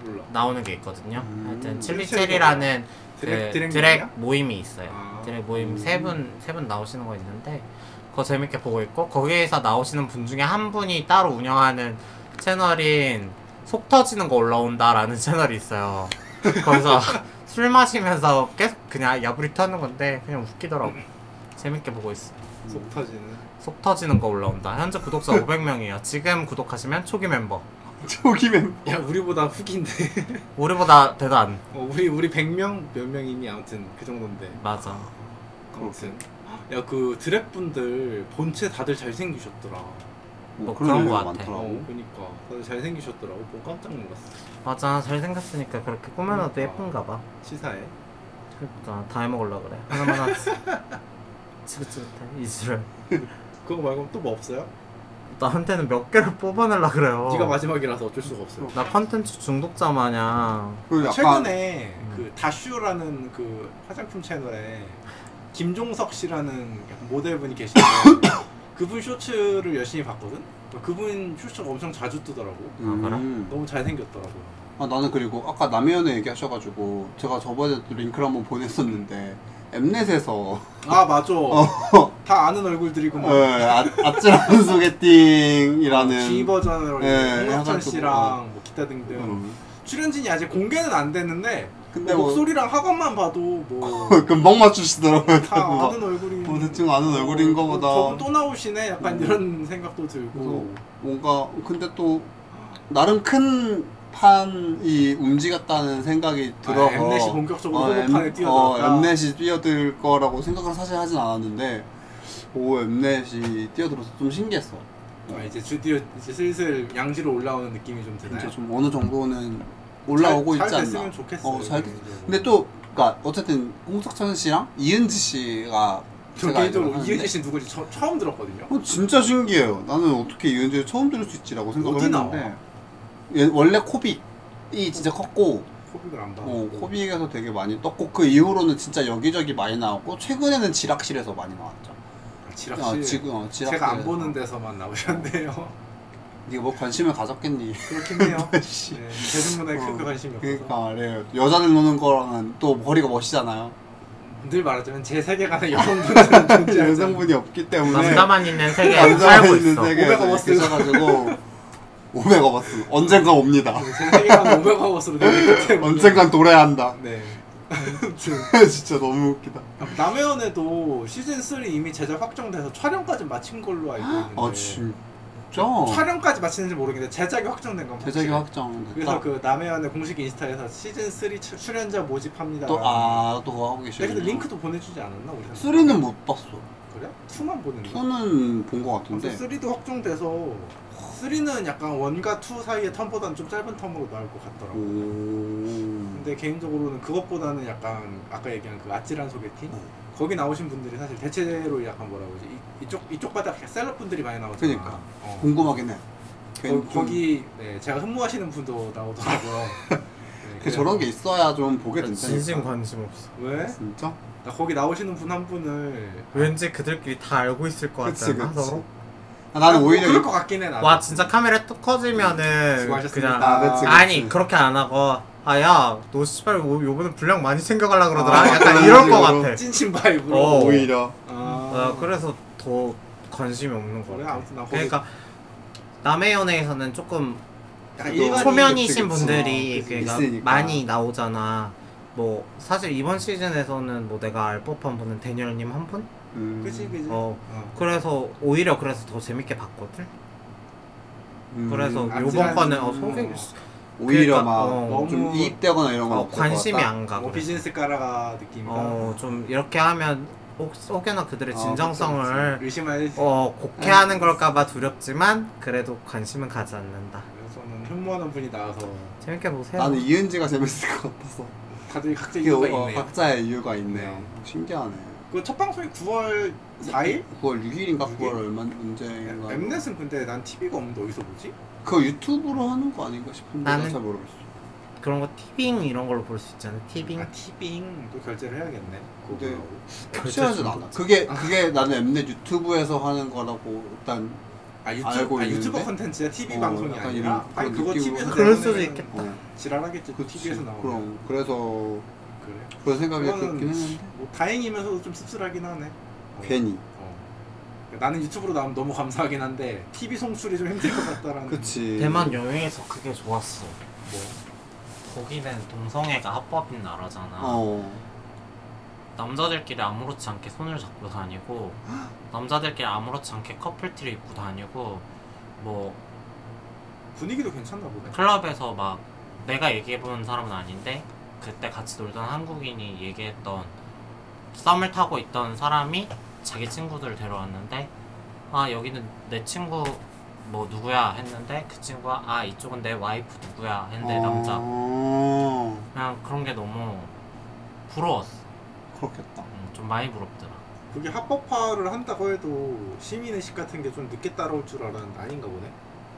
S1: 몰라.
S3: 나오는 게 있거든요.
S2: 음.
S3: 하여튼
S1: 칠리체리가
S3: 칠리체리라는
S1: 드랙
S3: 그
S1: 드랙
S3: 드랙
S1: 뭐냐?
S3: 모임이 있어요.
S1: 아.
S3: 드랙 모임
S2: 음.
S3: 세 분 세 분 나오시는 거 있는데 그거 재밌게 보고 있고 거기에서 나오시는 분 중에 한 분이 따로 운영하는 채널인 속 터지는 거 올라온다라는 채널이 있어요. 거기서 술 마시면서 계속 그냥 야부리 터는 건데 그냥 웃기더라고. 재밌게 보고 있어.
S1: 속 터지는.
S3: 속 터지는 거 올라온다. 현재 구독자 500명이에요. 지금 구독하시면 초기 멤버.
S2: 저기 멤버
S1: 야 우리보다 후기인데.
S3: 우리보다 대단.
S1: 어, 우리 우리 100명 몇 명이니 아무튼 그 정도인데.
S3: 맞아.
S1: 아무튼. 야 그 드랙 분들 본체 다들 잘생기셨더라.
S3: 뭐 그런 거
S2: 애가
S3: 같아.
S1: 어, 그니까 다들 잘생기셨더라고. 보고 깜짝 놀랐어.
S3: 맞아. 잘생겼으니까 그렇게 꾸며놔도 예쁜가 봐.
S1: 시사에.
S3: 그러니까 다 해먹으려고 그래 하나만 하지 지긋지긋해 이슬을
S1: 그거 말고 또 뭐 없어요?
S3: 나한테는 몇 개를 뽑아내려 그래요
S1: 네가 마지막이라서 어쩔 수가 없어요.
S3: 나 컨텐츠 중독자 마냥
S2: 그리고 약간
S1: 최근에
S3: 음.
S1: 그 다슈라는 그 화장품 채널에 김종석 씨라는 약간 모델분이 계시는데 그분 쇼츠를 열심히 봤거든. 그분 쇼츠가 엄청 자주 뜨더라고.
S2: 음.
S1: 너무 잘생겼더라고.
S2: 아 나는 그리고 아까 남해연애 얘기하셔가지고 제가 저번에 또 링크를 한번 보냈었는데 엠넷에서
S1: 아 맞아.
S2: 어.
S1: 다 아는
S2: 예,
S1: 얼굴들이구만.
S2: 아- 아찔한 소개팅이라는
S1: G 버전으로
S2: 네,
S1: 홍석천
S2: 해가지고.
S1: 씨랑 뭐 기타 등등
S2: 음.
S1: 출연진이 아직 공개는 안 됐는데
S2: 근데
S1: 뭐
S2: 뭐
S1: 목소리랑 학원만 봐도 뭐
S2: 금방 맞추시더라고요.
S1: 다
S2: 뭐,
S1: 아는 얼굴이
S2: 뭐 대충 아는 얼굴인
S1: 어,
S2: 거보다
S1: 저분 또 나오시네 약간
S2: 음.
S1: 이런 생각도 들고
S2: 그래서 뭔가 근데 또 나름 큰 판이 움직였다는 생각이 들어서
S1: 아, 엠넷이 본격적으로
S2: 어,
S1: 후보판에
S2: 엠- 어,
S1: 뛰어들었다
S2: 엠넷이 뛰어들 거라고 생각을 사실 하진 않았는데 오 엠넷이 뛰어들어서 좀 신기했어.
S1: 아, 이제 드디어 이제 슬슬 양지로 올라오는 느낌이 좀 드나요?
S2: 진짜 좀 어느 정도는 올라오고
S1: 잘,
S2: 있지
S1: 잘
S2: 않나.
S1: 됐으면 좋겠어요 네,
S2: 어, 잘 됐-
S1: 개인적으로.
S2: 근데 또 그러니까 어쨌든 홍석천 씨랑 이은지 씨가
S1: 저
S2: 제가
S1: 개인적으로
S2: 알기로는
S1: 이은지 씨 누구지 처, 처음 들었거든요
S2: 어, 진짜 신기해요. 나는 어떻게 이은지를 처음 들을 수 있지라고 생각을
S1: 어디 나와?
S2: 했는데 얘 원래 코빅이 진짜 컸고
S1: 코빅을 안 봐.
S2: 어, 코빅에서 되게 많이 떴고 그 이후로는 진짜 여기저기 많이 나왔고 최근에는 지락실에서 많이 나왔죠.
S1: 아,
S2: 아,
S1: 지락실
S2: 지금 어, 지락실
S1: 제가 안 보는 데서만 나오셨네요
S2: 네가 뭐 관심을 가졌겠니?
S1: 그렇긴 해요
S2: 씨.
S1: 네, 대중문화에
S2: 어,
S1: 크게 관심이 없어서
S2: 그러니까 말이에요. 여자들 노는 거랑은 또 머리가 멋이잖아요.
S1: 늘 말하자면 제 세계관의 여성분들은 존재하지 않
S2: 아, 여성분이 없기 때문에
S3: 남자만 있는 세계에
S2: 네. 남자만
S3: 살고
S2: 있는
S3: 있어
S2: 세계에서
S1: 오메가버스.
S2: 계셔가지고 오메가버스 언젠가 옵니다.
S1: 제 세계관 5 0 0하고으로 되기 때문에
S2: 언젠간 도래한다.
S1: 네.
S2: 진짜 너무 웃기다.
S1: 남해연에도 시즌 3 이미 제작 확정돼서 촬영까지 마친 걸로 알고 있는데
S2: 아 진짜?
S1: 촬영까지 마치는지 모르겠는데 제작이 확정된 건
S2: 어. 제작이
S1: 확실해요.
S2: 확정됐다. 아.
S1: 그래서 그 남해연의 공식 인스타에서 시즌 3 추- 출연자 모집합니다.
S2: 또아또 그거 하고 계시네.
S1: 근데 링크도 보내주지 않았나 우리?
S2: 쓰리는 못 봤어.
S1: 그래? 2만 보냈나?
S2: 투는 본 거
S1: 근데
S2: 같은데.
S1: 3도 확정돼서 3는 약간 1과 2 사이의 텀보다는 좀 짧은 텀으로 나올 것 같더라고. 요
S2: 음. 오.
S1: 근데 개인적으로는 그것보다는 약간 아까 얘기한 그 아찔한 소개팅
S2: 어.
S1: 거기 나오신 분들이 사실 대체로 약간 뭐라고 그러지 이, 이쪽 이쪽 바닥 셀럽 분들이 많이 나오잖아.
S2: 그러니까.
S1: 어.
S2: 궁금하긴 해. 괜히
S1: 거,
S2: 좀-
S1: 거기 네, 제가 흠모하시는 분도 나오더라고요. 네,
S2: 그 저런 게 있어야 좀 보게 된다.
S3: 진심 관심 없어
S1: 왜?
S2: 진짜?
S1: 나 거기 나오시는 분 한 분을
S3: 왠지 그들끼리 다 알고 있을 것
S2: 그치
S3: 같잖아
S2: 그치.
S3: 서로
S2: 아, 나는
S1: 뭐
S2: 오히려
S1: 그럴 것 같긴 해 나는. 네,
S3: 와 진짜 카메라 뚝 커지면은
S1: 수고하셨습니다.
S3: 그냥
S2: 그치, 그치.
S3: 아니 그렇게 안 하고 아야너 씨발 요- 요번에 분량 많이 챙겨가려 그러더라
S2: 아,
S3: 약간 이럴 것
S2: 그런
S3: 같아
S1: 찐친 바이브로.
S3: 어.
S2: 오히려
S3: 아, 그래서 더 관심이 없는 거
S1: 그래,
S3: 같아
S1: 아무튼 나 거기-
S3: 그러니까 남의 연애에서는 조금
S1: 약간
S2: 그거
S1: 일반인-
S3: 초면이신
S2: 그치,
S3: 분들이
S2: 그치,
S3: 그러니까
S2: 있으니까.
S3: 많이 나오잖아 뭐 사실 이번 시즌에서는 뭐 내가 알 법한 분은 대니얼님 한 분?
S2: 음.
S1: 그지 그지.
S3: 어
S1: 어.
S3: 그래서 오히려 그래서 더 재밌게 봤거든
S2: 음.
S3: 그래서
S1: 음,
S3: 요번 거는 어,
S1: 아찔하지.
S3: 소개
S2: 오히려
S3: 그러니까, 어,
S2: 막좀
S1: 너무-
S2: 이입되거나 이런 건
S3: 어,
S2: 없을 것
S3: 관심이
S2: 같다.
S3: 안 가.
S1: 뭐
S3: 그래.
S1: 비즈니스 까라가 느낌이다.
S3: 어, 좀 이렇게 하면 혹, 혹여나 그들의
S2: 어,
S3: 진정성을
S1: 의심할.
S3: 어, 곡해하는 걸까봐 두렵지만 그래도 관심은 가지 않는다.
S1: 그래서는 흠모하는 분이 나와서
S3: 재밌게 보세요.
S2: 나는 이은지가 재밌을 것 같아서
S1: 다들 각자
S2: 이게
S1: 이유가
S2: 어,
S1: 있네요.
S2: 각자의 이유가 있네요
S1: 네.
S2: 신기하네
S1: 그 첫 방송이 9월 4일?
S2: 9월 6일인가 9월
S1: 육일?
S2: 얼마 언제인가
S1: 엠넷은 근데 난 TV가 없는데 어디서 보지?
S2: 그거 유튜브로 하는 거 아닌가 싶은데
S3: 나는-
S2: 나는 잘 모르겠어
S3: 그런 거 티빙 이런 걸로 볼 수 있잖아. 티빙.
S1: 아 TV잉도 결제를 해야겠네. 그거
S2: 네.
S1: 보라고.
S2: 확실하진
S3: 중독.
S2: 않아 그게 그게 나는 엠넷 유튜브에서 하는 거라고 일단
S1: 아
S2: 알고
S1: 유튜브 아, 유튜버
S2: 있는데?
S1: 컨텐츠야 TV
S2: 어,
S1: 방송이
S2: 약간
S1: 아니라
S2: 이런
S1: 아니
S2: 그런
S1: 그거
S2: 느낌으로
S1: TV에서
S2: 하는
S3: 그럴 수도 있겠다.
S2: 어,
S1: 지랄하겠지
S2: 그치
S1: TV에서 아, 나오면
S2: 그럼 그래서
S1: 그래
S2: 그런 생각이
S1: 그거는-
S2: 들긴 했는데
S1: 뭐 다행이면서도 좀 씁쓸하긴 하네 어.
S2: 괜히
S1: 어. 나는 유튜브로 나오면 너무 감사하긴 한데 TV 송출이 좀 힘들 것 같다라는
S2: 그치
S3: 대만 여행에서 그게 좋았어.
S1: 뭐.
S3: 거기는 동성애가 합법인 나라잖아.
S2: 어
S3: 남자들끼리 아무렇지 않게 손을 잡고 다니고 남자들끼리 아무렇지 않게 커플티를 입고 다니고 뭐
S1: 분위기도 괜찮나 보네
S3: 클럽에서 막 내가 얘기해 본 사람은 아닌데 그때 같이 놀던 한국인이 얘기했던 썸을 타고 있던 사람이 자기 친구들을 데려왔는데 아 여기는 내 친구 뭐 누구야 했는데 그 친구가 아 이쪽은 내 와이프 누구야 했는데 남자
S2: 어,
S3: 그냥 그런 게 너무 부러웠어
S2: 그렇겠다
S3: 음, 좀 많이 부럽더라
S1: 그게 합법화를 한다고 해도 시민의식 같은 게 좀 늦게 따라올 줄 알았는데 아닌가 보네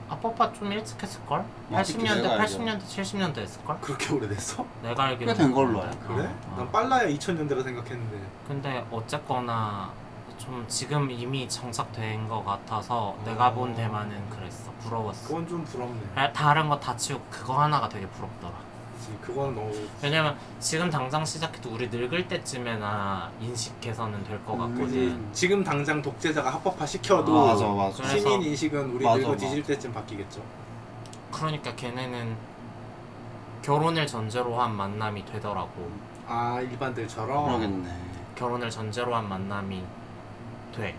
S3: 아빠빠 좀 일찍 했을걸?
S2: 맞지,
S3: 80년대,
S2: 뭐, 내가 알고.
S3: 80년대, 70년대 했을걸?
S1: 그렇게 오래됐어?
S3: 내가 어, 알기로
S2: 꽤된 걸로 알고.
S1: 그래?
S2: 아.
S1: 난 빨라야 2000년대라 생각했는데
S3: 근데 어쨌거나 좀 지금 이미 정착된 것 같아서 내가
S2: 음.
S3: 본 대만은 그랬어 부러웠어
S1: 그건 좀 부럽네
S3: 아, 다른 거 다 치우고 그거 하나가 되게 부럽더라
S1: 그치 그건 어, 너무
S3: 왜냐면 지금 당장 시작해도 우리 늙을 때쯤에나 인식 개선은 될 것 같거든
S2: 음.
S1: 지금 당장 독재자가 합법화 시켜도
S3: 아,
S2: 맞아 맞아
S3: 그래서-
S1: 시민 인식은 우리
S2: 맞아,
S1: 늙어
S2: 맞아.
S1: 뒤질 때쯤 바뀌겠죠.
S3: 그러니까 걔네는 결혼을 전제로 한 만남이 되더라고
S1: 아 일반들처럼.
S2: 그러겠네
S3: 결혼을 전제로 한 만남이 돼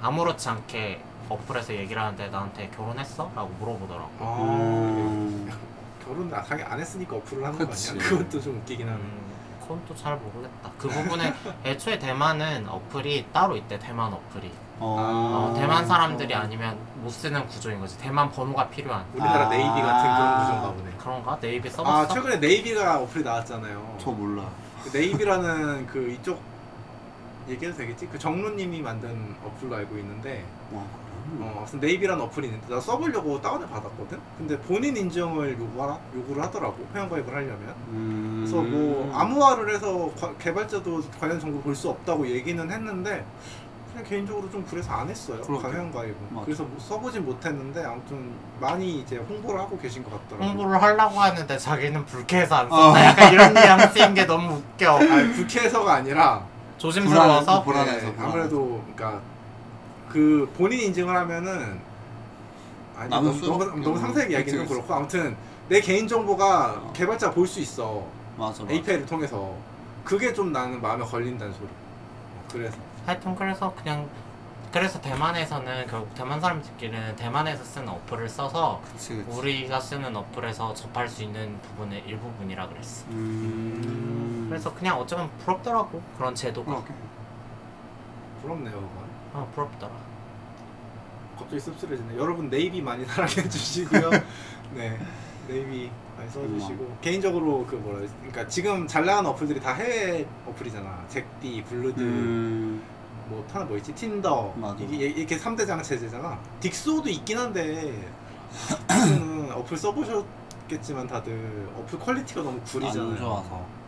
S3: 아무렇지 않게 어플에서 얘기를 하는데 나한테 결혼했어? 라고 물어보더라고
S1: 아
S2: 음.
S1: 결혼 나 당연히 안 했으니까 어플을 하는
S2: 그치.
S1: 거 아니야? 그것도 좀 웃기긴 하네.
S3: 음, 그건 또 잘 모르겠다. 그 부분에 애초에 대만은 어플이 따로 있대. 대만 어플이. 어,
S1: 아,
S3: 대만 사람들이 아니면 못 쓰는 구조인 거지. 대만 번호가 필요한
S2: 아.
S1: 우리나라 네이비 같은 그런 구조인가 보네.
S3: 그런가? 네이비 써봤어?
S1: 아 최근에 네이비가 어플이 나왔잖아요.
S2: 저 몰라.
S1: 그 네이비라는 그 이쪽 얘기해도 되겠지? 그 정로님이 만든 어플로 알고 있는데
S2: 와, 그래?
S1: 어, 아무튼 네이비라는 어플이 있는데 나 써보려고 다운을 받았거든? 근데 본인 인증을 요구하라? 요구를 하더라고 회원가입을 하려면
S2: 음.
S1: 그래서 뭐 암호화를 해서 과- 개발자도 관련 정보 볼 수 없다고 얘기는 했는데 그냥 개인적으로 좀 그래서 안 했어요
S2: 그러게요.
S1: 가형 가입은
S2: 맞아.
S1: 그래서 뭐 써보진 못했는데 아무튼 많이 이제 홍보를 하고 계신 것 같더라고요
S3: 홍보를 하려고 하는데 자기는 불쾌해서 안
S2: 어.
S3: 썼다. 약간 이런 뉘앙스인 게 너무 웃겨.
S1: 아니 불쾌해서가 아니라
S3: 조심스러워서
S2: 불안- 불안해서,
S1: 네,
S2: 불안해서.
S1: 아무래도 그러니까 그 본인 인증을 하면은 아니
S2: 남은
S1: 너무,
S2: 수-
S1: 너무,
S2: 음,
S1: 너무 상세하게 이야기는
S2: 그치, 그치.
S1: 그렇고 아무튼 내 개인 정보가
S2: 어.
S1: 개발자 볼 수 있어
S2: 맞아, 맞아.
S1: API를 통해서 그게 좀 나는 마음에 걸린다는 소리 어, 그래서
S3: 하여튼 그래서 그냥 그래서 대만에서는 결국 대만 사람들끼리는 대만에서 쓰는 어플을 써서
S2: 그치, 그치.
S3: 우리가 쓰는 어플에서 접할 수 있는 부분의 일부분이라 그랬어.
S2: 음.
S3: 그래서 그냥 어쩌면 부럽더라고 그런 제도가
S2: 그러게.
S1: 부럽네요 그건
S3: 아 부럽더라
S1: 갑자기 씁쓸해지네. 여러분 네이비 많이 사랑해 주시고요. 네. 네이비 많이 써주시고 개인적으로 그 뭐라 해야 되지? 그러니까 지금 잘 나가는 어플들이 다 해외 어플이잖아. 잭디, 블루드,
S2: 음.
S1: 뭐 하나 뭐 있지? 틴더.
S2: 맞아.
S1: 이게 얘- 이렇게 3대장 체제잖아. 딕소도 있긴 한데 딕소는 어플 써보셨겠지만 다들 어플 퀄리티가 너무 구리잖아요.
S2: 안 좋아서.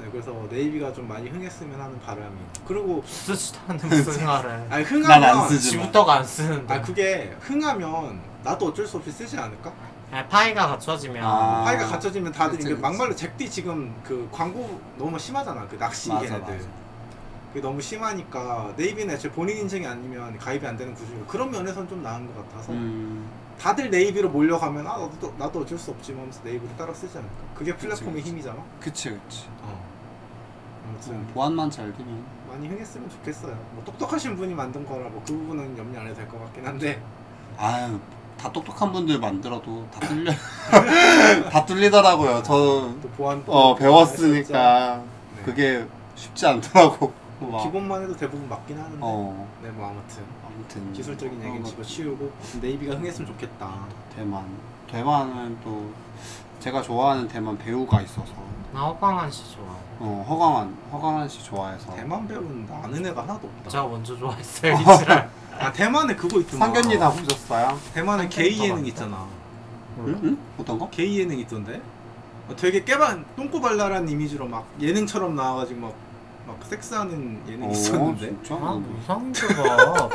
S1: 네, 그래서 네이비가 좀 많이 흥했으면 하는 바람이. 그리고
S3: 쓰지도 않는 무슨 말을
S1: 아니
S2: 난안
S1: 흥하면
S2: 쓰지.
S3: 지부터가 안 쓰는데
S1: 아 그게 흥하면 나도 어쩔 수 없이 쓰지 않을까?
S3: 아, 파이가 갖춰지면
S2: 아.
S1: 파이가 갖춰지면 다들
S4: 그치,
S1: 이게
S4: 그치.
S1: 막말로 잭디 지금 그 광고 너무 심하잖아 그 낚시
S2: 맞아,
S1: 걔네들
S2: 맞아.
S1: 그게 너무 심하니까 네이비는 애초에 본인 인증이 아니면 가입이 안 되는 구조고 그런 면에선 좀 나은 것 같아서
S2: 음.
S1: 다들 네이비로 몰려가면 아 나도 또- 나도 어쩔 수 없지 뭐 하면서 네이비를 따라 쓰지 않을까 그게 플랫폼의
S2: 그치.
S1: 힘이잖아
S2: 그치 그치.
S1: 어
S2: 좀
S1: 아무튼
S2: 보안만 잘 되면.
S1: 많이 흥했으면 좋겠어요 뭐 똑똑하신 분이 만든 거라 뭐 그 부분은 염려 안 해도 될 것 같긴 한데
S2: 아유 다 똑똑한 분들 만들어도 다 뚫려. 다 뚫리더라고요. 저
S1: 또 보안
S2: 어, 배웠으니까
S1: 네.
S2: 그게 쉽지 않더라고. 막.
S1: 뭐 기본만 해도 대부분 맞긴 하는데
S2: 어
S1: 네 뭐 아무튼
S2: 아무튼
S1: 기술적인
S2: 그런
S1: 얘기는
S2: 것
S1: 집어치우고 네이비가 흥했으면 좋겠다.
S2: 대만. 대만은 또 제가 좋아하는 대만 배우가 있어서
S3: 나 허광한 씨 좋아
S2: 어, 허강한 허강한 씨 좋아해서
S1: 대만 배우는 나 아는 애가 하나도 없다.
S3: 제가 먼저 좋아했어요 이지랄
S1: 아 대만에 그거 있더만.
S2: 상견니 다 보셨어요?
S1: 대만에
S3: 상견
S1: 게이
S3: 더
S1: 예능
S3: 많다.
S1: 있잖아.
S2: 응? 응? 어떤 거?
S1: 게이 예능 있던데. 어, 되게 깨반 똥꼬발랄한 이미지로 막 예능처럼 나와가지고 막. 막 섹스하는 예능
S2: 어?
S1: 이 있었는데
S2: 진짜?
S3: 아뭐 이상한 게봐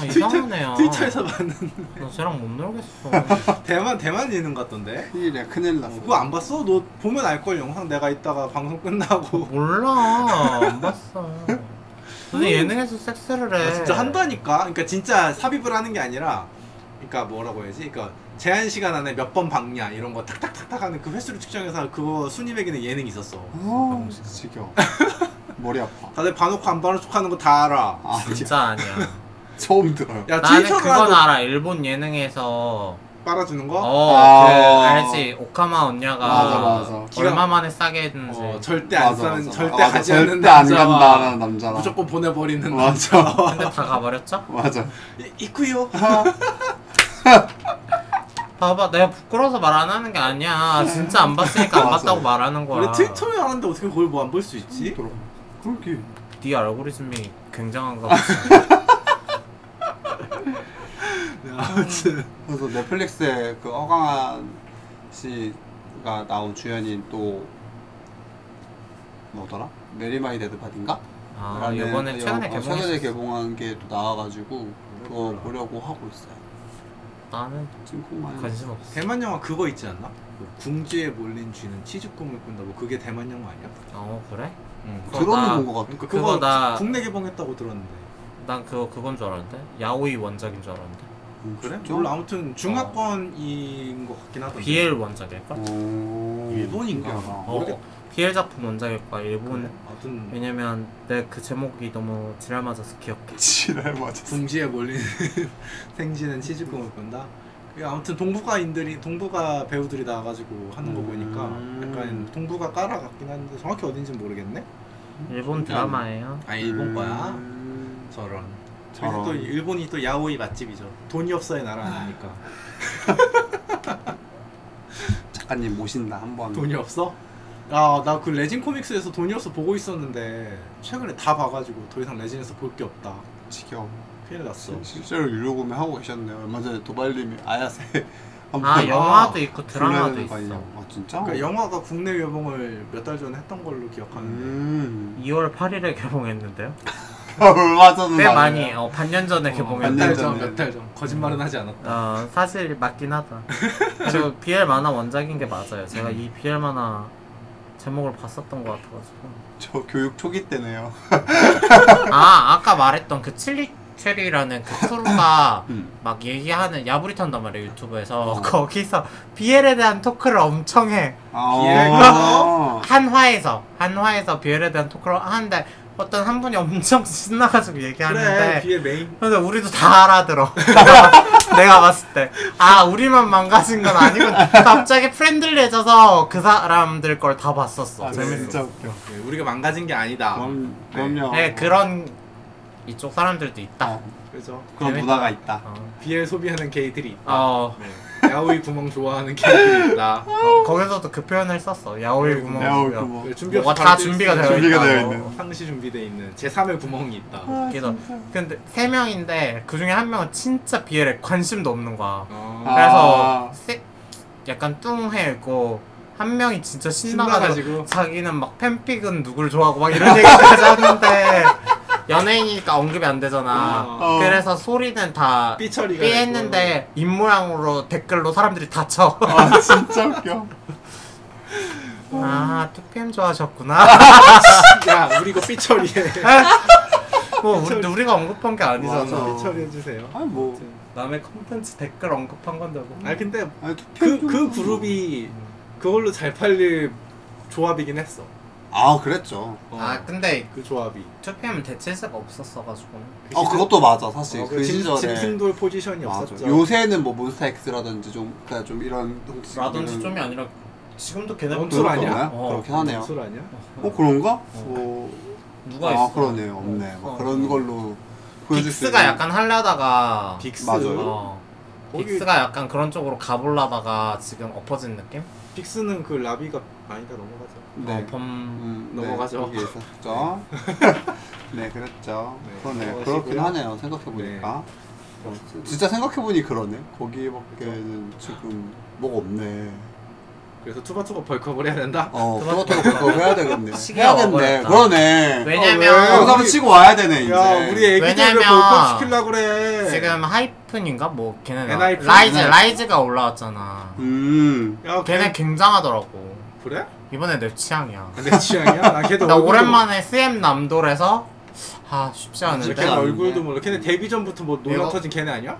S3: 아, 이상한 애야
S1: 트위터에서 봤는
S3: 나 쟤랑 못 놀겠어
S1: 대만 대만 예능 같던데
S2: 큰일이야 큰일 났어
S1: 그거 안 봤어? 너 보면 알걸 영상 내가 이따가 방송 끝나고
S3: 몰라 안 봤어 근데 예능에서 섹스를 해
S1: 음. 아, 진짜 한다니까. 그러니까 진짜 삽입을 하는 게 아니라, 그러니까 뭐라고 해야지. 그러니까 제한 시간 안에 몇 번 박냐 이런 거 탁탁탁탁 하는 그 횟수를 측정해서 그거 순위 매기는 예능 이 있었어.
S2: 아, 지겨워 머리 아파
S1: 다들 봐놓고 안 봐놓고 하는 거 다 알아.
S2: 아
S3: 진짜 아니야
S2: 처음 들어요
S1: 야
S3: 나는
S1: 트위터라도
S3: 그건 알아 일본 예능에서
S1: 빨아주는 거. 어,
S3: 어,
S2: 아.
S3: 그 알지 오카마 언니가
S2: 맞아, 맞아.
S3: 얼마만에 싸게 해주는지
S1: 절대 안
S2: 맞아,
S1: 싸는,
S2: 맞아.
S1: 절대
S2: 맞아,
S1: 가지 않는
S2: 절대 안
S1: 남자와
S2: 간다라는 남자랑
S1: 무조건 보내버리는
S2: 맞아.
S1: 남자와
S3: 근데 다 가버렸죠?
S2: 맞아
S1: 이- 있구요.
S3: 봐봐 내가 부끄러워서 말 안 하는 게 아니야 진짜 안 봤으니까 안
S2: 맞아.
S3: 봤다고 말하는 거야
S1: 원래 트위터를 하는데 어떻게 그걸 뭐 안 볼 수 있지?
S2: 힘들어 그렇게
S3: 네 알고리즘이 굉장한가 보다
S1: 네, 아무튼
S2: 그래서 넷플릭스에 그 허강한 씨가 나온 주연인 또 뭐더라? 메리마이 데드바디인가?
S3: 아 이번에 최근에 개봉했어
S2: 최근에 개봉한 게 또 나와가지고 그거 보려고 하고 있어요
S3: 나는
S2: 음. 찜콩만
S3: 관심 없어
S1: 대만 영화 그거 있지 않나? 그 궁지에 몰린 쥐는 치즈 꿈을 꾼다. 뭐 그게 대만 영화 아니야?
S3: 어 그래?
S1: 응.
S3: 나-
S2: 들어는 본것 같아
S1: 그러니까
S3: 그거
S1: 그거
S3: 나-
S1: 국내 개봉했다고 들었는데
S3: 난 그거 그건 줄 알았는데 야오이 원작인 줄 알았는데
S1: 그래?
S2: 음, 진짜?
S1: 몰라 아무튼 중화권인 것 같긴 하던데
S3: BL 원작일걸?
S2: 오,
S1: 일본인가?
S2: 신기하다.
S3: 어 BL 작품 원작일걸 일본
S1: 음. 아무튼
S3: 왜냐면 내 그 제목이 너무 지랄 맞아서 기억해
S2: 지랄 맞았어.
S1: 궁지에 몰린 생지는 치즈꿈을 꾼다 그게 아무튼 동북아인들이 동북아 배우들이 나와가지고 하는 거 보니까
S2: 음.
S1: 약간 동북아 까라 같긴 한데 정확히 어딘지 모르겠네
S3: 일본 드라마예요
S1: 아 일본 거야
S2: 음.
S1: 저런
S2: 저런.
S1: 저런 또 일본이 또 야오이 맛집이죠 돈이 없어야 나라 아닙니까
S2: 작가님 모신다 한번.
S1: 돈이 없어? 아, 나 그 레진 코믹스에서 돈이 없어 보고 있었는데 최근에 다 봐가지고 더 이상 레진에서 볼 게 없다.
S2: 지겨.
S1: 큰일 났어.
S2: 실제로 유료 구매 하고 계셨네요. 얼마 전에 도발님이 음. 아야세 한번
S3: 아 영화도 있고
S2: 불러야
S3: 드라마도
S2: 되는 거 아니냐.
S3: 있어
S2: 아 진짜?
S1: 그러니까 영화가 국내 개봉을 몇 달 전에 했던 걸로 기억하는데
S2: 음.
S3: 2월 8일에 개봉했는데요
S2: 얼마 전은
S3: 꽤
S2: 아니에요.
S3: 많이 어 반년 전에
S1: 몇
S2: 반년
S1: 달
S3: 개봉했는데
S1: 전,
S2: 전에.
S1: 몇 달 전. 거짓말은 하지 않았다.
S3: 어 사실 맞긴 하다 저 BL 만화 원작인 게 맞아요 제가 이 BL 만화 제목을 봤었던 것 같아가지고
S2: 저 교육 초기 때네요.
S3: 아 아까 말했던 그 칠리 체리라는 그 크루가
S2: 음.
S3: 막 얘기하는 야부리 탄단 말이에요 유튜브에서
S2: 어.
S3: 거기서 BL에 대한 토크를 엄청 해
S2: 아.
S3: 한화에서 한화에서 BL에 대한 토크를 하는데 어떤 한 분이 엄청 신나가지고
S1: 그래,
S3: 얘기하는데
S1: 뒤에 메인.
S3: 근데 우리도 다 알아들어 내가 봤을 때 아 우리만 망가진 건 아니고 갑자기 프렌들리해져서 그 사람들 걸 다 봤었어
S2: 아,
S3: 재밌어
S2: 진짜 웃겨.
S1: 네, 우리가 망가진 게 아니다.
S2: 그럼 그럼요.
S3: 네 그런 이쪽 사람들도 있다
S2: 어,
S1: 그죠?
S2: 그런
S3: 재밌다.
S2: 문화가 있다.
S3: 어.
S1: 비엘 소비하는 게이들이 있다.
S3: 어.
S1: 네. 야오이 구멍 좋아하는 게이들이 있다.
S3: 어, 거기서도 그 표현을 썼어. 음, 야오이 구멍.
S2: 내가 올
S3: 구경.
S2: 뭐.
S1: 네, 준비 없이
S3: 뭐가
S1: 바로
S3: 다
S1: 뛸수
S3: 준비가
S1: 있는
S3: 되어
S2: 준비가
S3: 있다.
S2: 되어 있는.
S1: 상시 준비돼 있는 제3의 구멍이 있다.
S3: 그래서 근데 세 명인데 그 중에 한 명은 진짜 BL에 관심도 없는 거야.
S1: 어.
S2: 아.
S3: 그래서 세, 약간 뚱해 있고 한 명이 진짜
S1: 신나가지고.
S3: 신나가지고 자기는 막 팬픽은 누굴 좋아하고 막 이런 얘기까지 하는데 연예인이니까 언급이 안 되잖아.
S1: 어.
S3: 그래서 소리는 다
S1: 삐처리가
S3: 삐했는데 입 모양으로 댓글로 사람들이 다쳐.
S2: 아 진짜 웃겨.
S3: 아 2PM 좋아하셨구나.
S1: 야 우리 이거 삐처리해
S3: 뭐 우리, 우리가 언급한 게
S2: 맞아.
S1: 어.
S3: 아니잖아.
S1: 삐처리해주세요
S2: 아니 뭐
S3: 남의 컨텐츠 댓글 언급한 건데 뭐.
S1: 아 근데
S2: 아니 투표
S1: 그, 그 그룹이
S2: 음.
S1: 그걸로 잘 팔릴 조합이긴 했어
S2: 아 그랬죠.
S1: 어,
S3: 아 근데
S1: 그 조합이
S3: 2PM은 대체세가 없었어가지고
S2: 어 그것도 맞아 사실
S1: 어,
S2: 그
S1: 짐-
S2: 시절에.
S1: 짐승돌 포지션이
S2: 맞아.
S1: 없었죠
S2: 요새는 뭐 몬스타엑스라든지 좀 그러니까 좀 이런
S3: 라든지
S2: 이런-
S3: 좀이 아니라 지금도 걔네
S1: 넌
S3: 분들
S1: 술 아니야?
S2: 그런가요? 그렇긴 하네요.
S1: 술 아니야?
S2: 어 그런가?
S3: 어.
S2: 뭐
S3: 누가
S2: 아,
S3: 있어?
S2: 그러네요. 없네. 뭐
S3: 어.
S2: 그런 걸로 보여줄 수
S3: 빅스가
S2: 있는-
S3: 약간 하려다가
S1: 빅스
S2: 맞아요.
S3: 어.
S1: 거기-
S3: 빅스가 약간 그런 쪽으로 가보려다가 지금 엎어진 느낌?
S1: 빅스는 그 라비가 아니다 넘어가자
S2: 네.
S3: 어, 범...
S2: 음,
S1: 넘어가죠.
S2: 네, 거기 있었죠. 네, 그랬죠.
S1: 네,
S2: 그러네.
S1: 넘어가시고요.
S2: 그렇긴 하네요. 생각해 보니까.
S3: 네.
S2: 진짜 생각해 보니 그러네. 거기밖에는 지금 뭐가 없네.
S1: 그래서 투바투바 벌컥을 해야 된다?
S2: 어,
S3: 그만-
S2: 토마토 그거 해야 되겠네.
S3: 시계
S2: 해야겠네.
S3: 먹어야겠다.
S2: 그러네.
S1: 어, 왜?
S3: 왜냐면
S2: 아, 영상을 치고 와야 되네 이제.
S1: 야 우리 애기들을
S3: 왜냐면-
S1: 벌컥시키려고 그래
S3: 지금 하이픈인가 뭐 걔네 나...
S1: 엔하이픈?
S3: 라이즈
S2: 엔하이픈.
S3: 라이즈가 올라왔잖아.
S2: 음.
S1: 야
S3: 걔네
S1: 걔네
S3: 굉장하더라고.
S1: 그래?
S3: 이번에 내 취향이야.
S1: 내 취향이야? 나 걔도
S3: 나
S1: 얼굴도
S3: 오랜만에 CM 남돌에서 아 쉽지
S1: 몰라.
S3: 않은데
S1: 걔네
S2: 않은데.
S1: 얼굴도 몰라 걔네 데뷔 전부터 뭐 논란
S3: 이거-
S1: 터진 걔네 아니야?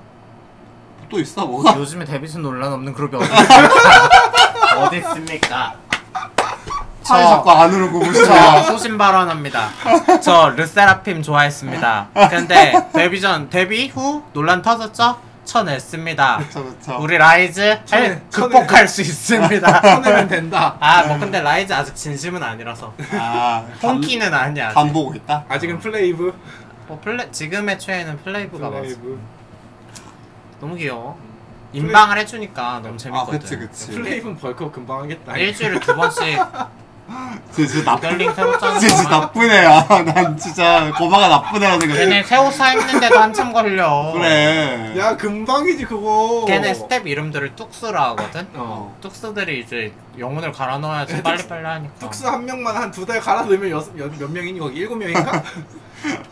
S2: 또 있어 뭐가?
S3: 요즘에 데뷔순 논란 없는 그룹이 어디 있습니까? 어디 있습니까?
S2: 차이 자꾸 안으로 보고
S3: 저
S2: 싶어.
S3: 소신 발언합니다. 저 르세라핌 좋아했습니다. 근데 데뷔 전 데뷔 후 논란 터졌죠? 쳐냈습니다.
S2: 그렇죠, 그렇죠.
S3: 우리 라이즈
S1: 쳐내-
S3: 극복할 수 있습니다.
S1: 꺼내면 된다
S3: 아 뭐 근데 라이즈 아직 진심은 아니라서
S2: 아, 감-
S3: 폰키는 아니야.
S2: 감 보고 있다.
S1: 아직은 플레이브
S3: 뭐 플레 지금의 최애는 플레이브가 맞아.
S1: 플레이브
S3: 너무 귀여워. 임방을 해주니까 너무
S2: 아,
S3: 재밌거든. 아,
S2: 그치, 그치.
S1: 플레이브는 벌컥 금방 하겠다
S3: 네. 일주일에 두 번씩
S2: 진짜, 진짜 나쁜,
S3: 모델링 새로 짜는
S2: 진짜
S3: 거야.
S2: 나쁜 애야. 아, 난 진짜 고마가 나쁜 애라
S3: 걔네
S2: 생각해.
S3: 새 옷 사입는데도 한참 걸려.
S2: 그래.
S1: 야 금방이지 그거
S3: 걔네 스텝 이름들을 뚝스라 하거든.
S1: 어.
S3: 뚝스들이 이제 영혼을 갈아
S2: 예,
S3: 넣어야지 빨리빨리 하니까.
S1: 뚝스 한 명만 한 두 달 갈아 넣으면 여섯, 여, 몇 명이니 거기 일곱 명인가?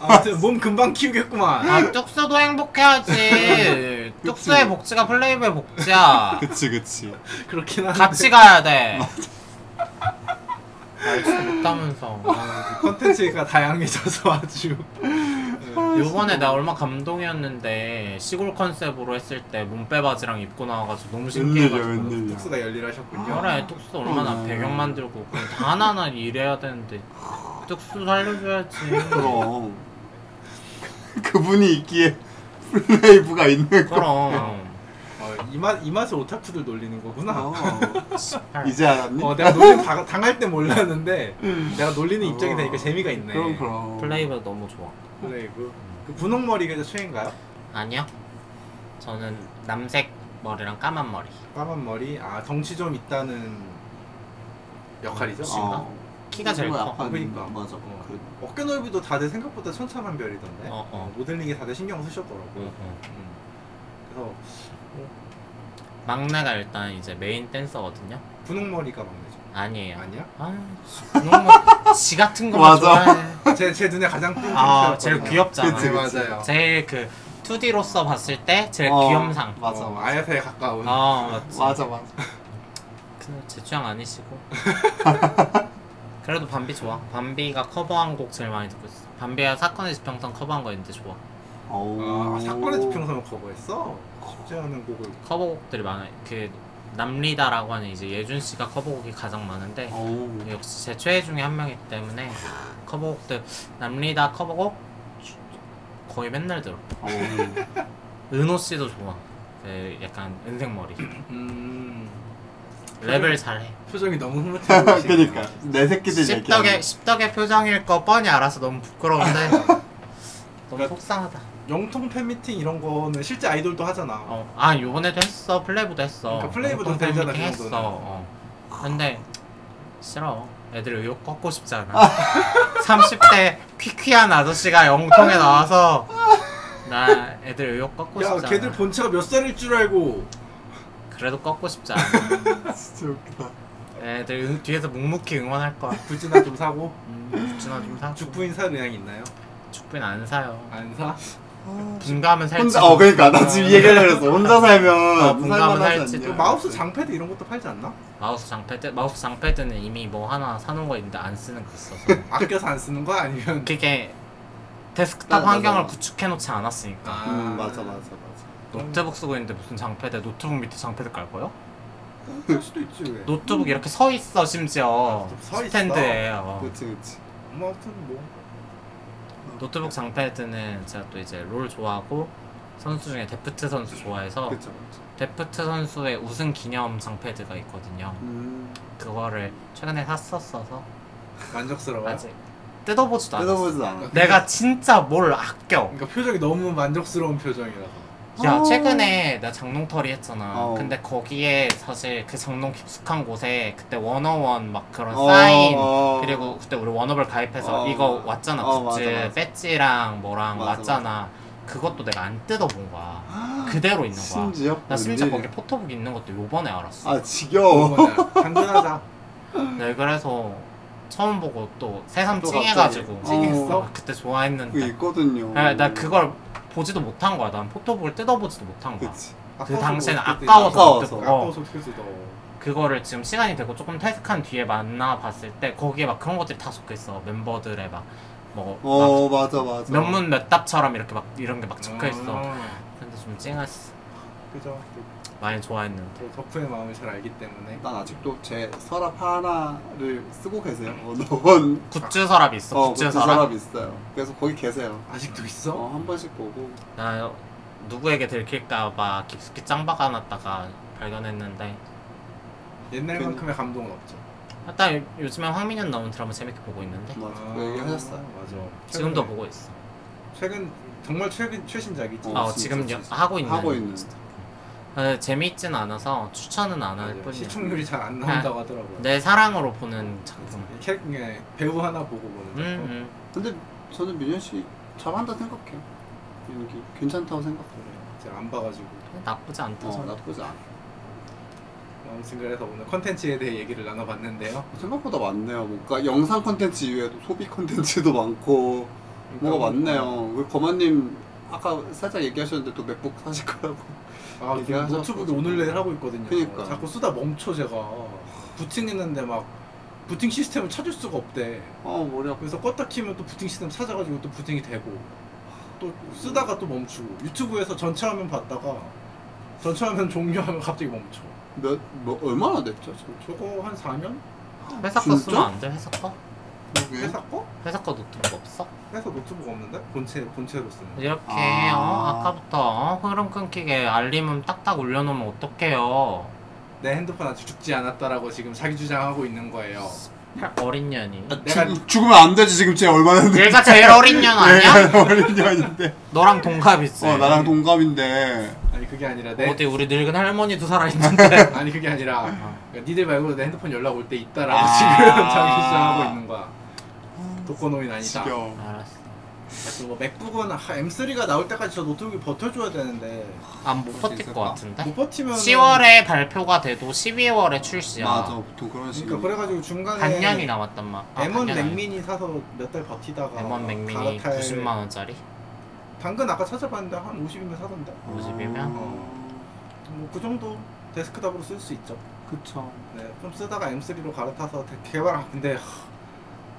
S1: 아무튼 몸 금방 키우겠구만
S3: 아 뚝스도 행복해야지. 뚝스의 복지가 플레이브의 복지야.
S2: 그치, 그치.
S1: 그렇긴 한데
S3: 같이 가야
S2: 어.
S3: 돼. 알지 못하면서.
S1: 아, 컨텐츠가 다양해져서 아주
S3: 요번에 나 얼마 감동이었는데 시골 컨셉으로 했을 때 몸빼바지랑 입고 나와가지고 너무
S2: 웬일이야,
S3: 신기해가지고.
S2: 웬일이야.
S1: 뚝스가 열일하셨군요
S3: 아, 그래 뚝스 얼마나
S2: 음.
S3: 배경 만들고 그걸 다 하나하나 일해야 되는데 뚝스 살려줘야지.
S2: 그럼. 그분이 있기에 플레이브가 있는 거.
S3: 그럼.
S1: 어, 이, 맛, 이 맛을 오타쿠들 놀리는 거구나
S3: 아,
S2: 어. 이제 알았니?
S1: 어, 내가 놀림 당- 당할 때 몰랐는데
S3: 음.
S1: 내가 놀리는
S3: 아,
S1: 입장이 되니까 재미가 있네
S2: 그럼, 그럼.
S3: 플레이가 너무 좋아.
S1: 플레이브 그 분홍머리가 이제 최애인가요?
S3: 아니요. 저는 남색 머리랑 까만 머리.
S1: 까만 머리 아 덩치 좀 있다는 역할이죠?
S3: 어. 키가 제일
S2: 친구야,
S3: 커.
S2: 약간,
S1: 그러니까.
S2: 맞아.
S1: 어.
S2: 그래.
S1: 어깨 넓이도 다들 생각보다 천차만별이던데
S3: 어, 어.
S1: 모델링에 다들 신경 쓰셨더라고
S3: 응, 응.
S1: 음. 그래서
S3: 막내가 일단 이제 메인 댄서거든요.
S1: 분홍머리가 막내죠
S3: 아니에요.
S1: 아니야?
S3: 아, 너무 지 같은 거만
S2: 맞아.
S3: 좋아해.
S1: 제, 제 눈에 가장 띄는
S3: 아,
S1: 캐릭터였거든요.
S3: 제일 귀엽잖아.
S2: 그치, 그치.
S1: 맞아요
S3: 제일 그 2D로서 봤을 때 제일
S2: 어.
S3: 귀염상.
S2: 맞아,
S1: 어,
S2: 맞아.
S1: 아야사에 가까운
S3: 아, 맞지.
S2: 맞아, 맞아.
S3: 근데 제 취향 아니시고. 그래도 밤비 좋아. 밤비가 커버한 곡 제일 많이 듣고 있어. 밤비가 사건의 지평선 커버한 거 있는데 좋아.
S2: 어.
S1: 아, 사건의 지평선을 커버했어? 쉽지 않은 곡을
S3: 커버곡들이 많아요. 그 남리다라고 하는 이제 예준 씨가 커버곡이 가장 많은데
S2: 어.
S3: 역시 제 최애 중에 한 명이기 때문에 커버곡들 남리다 커버곡 거의 맨날 들어.
S2: 어.
S3: 은호 씨도 좋아. 그 약간 은색 머리.
S1: 음...
S3: 랩을 잘해.
S1: 표정이 너무 흐뭇해 보이시네요
S2: 그니까
S3: 그러니까.
S2: 그러니까 내 새끼들
S3: 십덕의
S2: 얘기하는
S3: 십덕의 표정일 거 뻔히 알아서 너무 부끄러운데 너무 속상하다.
S1: 영통 팬미팅 이런 거는 실제 아이돌도 하잖아
S3: 어, 아 요번에도 했어. 플레이브도 했어.
S1: 그러니까 플레이브도
S3: 공통
S1: 되잖아,
S3: 팬미팅
S1: 그
S3: 했어.
S1: 정도는.
S3: 어. 근데 싫어. 애들 의욕 꺾고 싶지 않아. 30대 퀴퀴한 아저씨가 영통에 나와서 나 애들 의욕 꺾고
S1: 야
S3: 싶지 않아.
S1: 걔들 본체가 몇 살일 줄 알고
S3: 그래도 꺾고 싶지 않아.
S2: 진짜 웃기다
S3: 애들 응- 뒤에서 묵묵히 응원할 거야.
S1: 굿즈나 좀 사고
S3: 죽지나 좀 사.
S1: 죽부인 살 의향 있나요?
S3: 죽부인 안 사요.
S1: 안 사?
S3: 분가하면 살지. 뭐.
S2: 혼자 어 그러니까 나 지금 이 얘기를 그랬어 혼자
S3: 아,
S2: 살면
S3: 공감은
S2: 살만하지
S3: 할지도.
S1: 그
S2: 않냐. 음,
S1: 마우스 장패드 이런 것도 팔지 않나?
S3: 마우스 장패드 마우스 장패드는 이미 뭐 하나 사놓은 거 있는데 안 쓰는 거 있어서.
S1: 아껴서 안 쓰는 거 아니면
S3: 그게 데스크탑
S2: 어, 맞아, 맞아.
S3: 환경을 구축해 놓지 않았으니까.
S1: 아.
S2: 음 맞아 맞아 맞아
S3: 노트북 쓰고 있는데 무슨 장패드? 노트북 밑에 장패드 깔 거요?
S1: 할 음, 수도 있지 왜?
S3: 노트북 이렇게 서 있어 심지어
S1: 아, 서 있어?
S3: 스탠드에. 어.
S2: 그치 그치
S1: 뭐 아무튼 뭐
S3: 노트북 장패드는 제가 또 이제 롤 좋아하고 선수 중에 데프트 선수 좋아해서
S2: 그쵸 그쵸
S3: 데프트 선수의 우승 기념 장패드가 있거든요.
S2: 음
S3: 그거를 최근에 샀었어서
S1: 만족스러워.
S3: 아직 뜯어보지도 않았어.
S2: 뜯어보지도 않아
S3: 내가 진짜 뭘 아껴.
S1: 그러니까 표정이 너무 만족스러운 표정이라서.
S3: 야
S2: 어.
S3: 최근에 나 장롱털이 했잖아.
S2: 어.
S3: 근데 거기에 사실 그 장롱 깊숙한 곳에 그때 워너원 막 그런
S2: 어,
S3: 사인
S2: 어.
S3: 그리고 그때 우리 워너블 가입해서
S2: 어.
S3: 이거 왔잖아
S2: 어,
S3: 굿즈
S2: 맞아, 맞아.
S3: 배지랑 뭐랑
S2: 맞아,
S3: 왔잖아. 그것도 내가 안 뜯어본 거야. 그대로 있는 거야.
S2: 심지어
S3: 나 심지어
S2: 웬일이야.
S3: 거기 포토북 있는 것도 요번에 알았어.
S2: 아 지겨워
S1: 당근하자.
S3: 네, 그래서 처음 보고 또 새삼
S2: 또
S3: 찡해가지고
S2: 갑자기.
S1: 찡했어?
S3: 아, 그때 좋아했는데
S2: 그거 있거든요
S3: 아, 나 그걸 보지도 못한 거야 난 포토북을 뜯어보지도 못한 거야
S2: 그치
S1: 아까워서
S3: 당시에는
S1: 못 뜯어.
S3: 아까워서 그렇죠.
S2: 못
S1: 아까워서
S2: 뜯어.
S1: 아까워서 못 뜯어.
S3: 그거를 지금 시간이 되고 조금 퇴색한 뒤에 만나봤을 때 거기에 막 그런 것들이 다 적혀있어 멤버들의 막뭐
S2: 어 맞아 맞아
S3: 몇문 몇 답처럼 이렇게 막 이런 게 막그 적혀있어
S1: 아,
S3: 근데 좀 찡했어
S1: 그죠.
S3: 많이 좋아했는데
S1: 또 덕후의 마음을 잘 알기 때문에.
S2: 난 아직도 제 서랍 하나를 쓰고 계세요 원어원
S3: 굿즈 서랍이 있어
S2: 어
S3: 굿즈
S2: 굿즈
S3: 서랍
S2: 서랍 있어요 그래서 거기 계세요
S1: 아직도 있어?
S2: 어한 번씩 보고
S3: 나 누구에게 들킬까봐 깊숙이 짱박아놨다가 발견했는데
S1: 옛날만큼의 감동은 없죠.
S3: 일단 요즘에 황민현 나온 드라마 재밌게 보고 있는데
S2: 맞아 그 얘기 하셨어요
S1: 맞아.
S3: 지금도
S1: 최근에-
S3: 보고 있어.
S1: 최근 정말 최근 최신작이지.
S2: 어,
S3: 아
S2: 진짜,
S3: 지금
S2: 진짜.
S3: 여- 하고 있는.
S2: 하고 있는
S3: 아, 재미있진 않아서 추천은 안 할
S2: 네,
S1: 맞아요. 네.
S3: 뿐이야.
S1: 시청률이 잘 안 나온다고 하더라고요.
S3: 내 사랑으로 보는 작품.
S1: 캐, 예, 배우 하나 보고
S2: 어.
S1: 보는
S3: 음,
S1: 거.
S3: 음.
S2: 근데 저는 민현 씨 잘한다 생각해요 연기 괜찮다고 생각해요
S1: 그래, 제가 네, 안 봐가지고
S3: 나쁘지 않다.
S2: 어
S3: 저는.
S2: 나쁘지 않아
S1: 아무튼 그래서 오늘 컨텐츠에 대해 얘기를 나눠봤는데요.
S2: 생각보다 많네요. 뭔가 영상 컨텐츠 이외에도 소비 컨텐츠도 많고
S1: 그러니까
S2: 뭐가 많네요. 우리 거만님 아까 살짝 얘기하셨는데 또 맥북 사실 거라고.
S1: 아,
S2: 얘기
S1: 지금 노트북이
S2: 하셨거든요.
S1: 오늘 내일 하고 있거든요.
S2: 그니까.
S1: 자꾸 쓰다 멈춰 제가 부팅했는데 막 부팅 시스템을 찾을 수가 없대.
S2: 어 머리 아파.
S1: 그래서 껐다 키면 또 부팅 시스템 찾아가지고 또 부팅이 되고 또 쓰다가 또 멈추고 유튜브에서 전체 화면 봤다가 전체 화면 종료하면 갑자기 멈춰.
S2: 몇, 뭐 얼마나 됐죠? 지금?
S1: 저거 한 4년?
S3: 회사 거
S2: 진짜?
S3: 쓰면 안 돼. 회사 거?
S2: 그게?
S1: 회사 거?
S3: 회사 거 노트북 없어?
S1: 회사 노트북 없는데? 본체 본체로 쓰는. 거.
S3: 이렇게
S2: 아.
S3: 어, 아까부터 어, 흐름 끊기게 알림음 딱딱 울려놓으면 어떡해요?
S1: 내 핸드폰 아직 죽지 않았다라고 지금 자기 주장하고 있는 거예요.
S3: 어린 년이.
S1: 내가
S2: 죽- 죽으면 안 되지 지금 쟤 얼마나 됐는데.
S3: 얘가 제일 어린 년 아니야?
S2: 얘가 어린 년인데.
S3: 너랑 동갑이지.
S2: 네. 어 나랑 동갑인데.
S1: 아니 그게 아니라 내
S3: 어디 우리 늙은 할머니도 살아있는데.
S1: 아니 그게 아니라 그러니까 니들 말고 내 핸드폰 연락 올 때 있다라고
S2: 아.
S1: 지금 자기 주장하고 있는 거야. 독거노인 아니다.
S2: 지겨.
S3: 알았어.
S1: 그래서 뭐 맥북은 하- M3가 나올 때까지 저 노트북이 버텨줘야 되는데
S3: 안못
S2: 볼수
S3: 버틸
S2: 있을까?
S3: 것 같은데.
S1: 못 버티면
S3: 10월에 발표가 돼도 12월에 출시야.
S2: 맞아 보통 그런 식으로.
S1: 그러니까 그래가지고 중간에
S3: 반년이 남았단 말. 아,
S1: M1 맥미니 사서 몇 달 버티다가
S3: M1
S2: 어,
S3: 맥미니
S1: 갈아탈-
S3: 90만 원짜리.
S1: 당근 아까 찾아봤는데 한 50이면 사던데.
S3: 모집이면?
S2: 어,
S1: 뭐 그 정도 데스크탑으로 쓸 수 있죠.
S2: 그쵸.
S1: 네, 좀 쓰다가 M3로 갈아타서 대- 개발 아, 근데 하,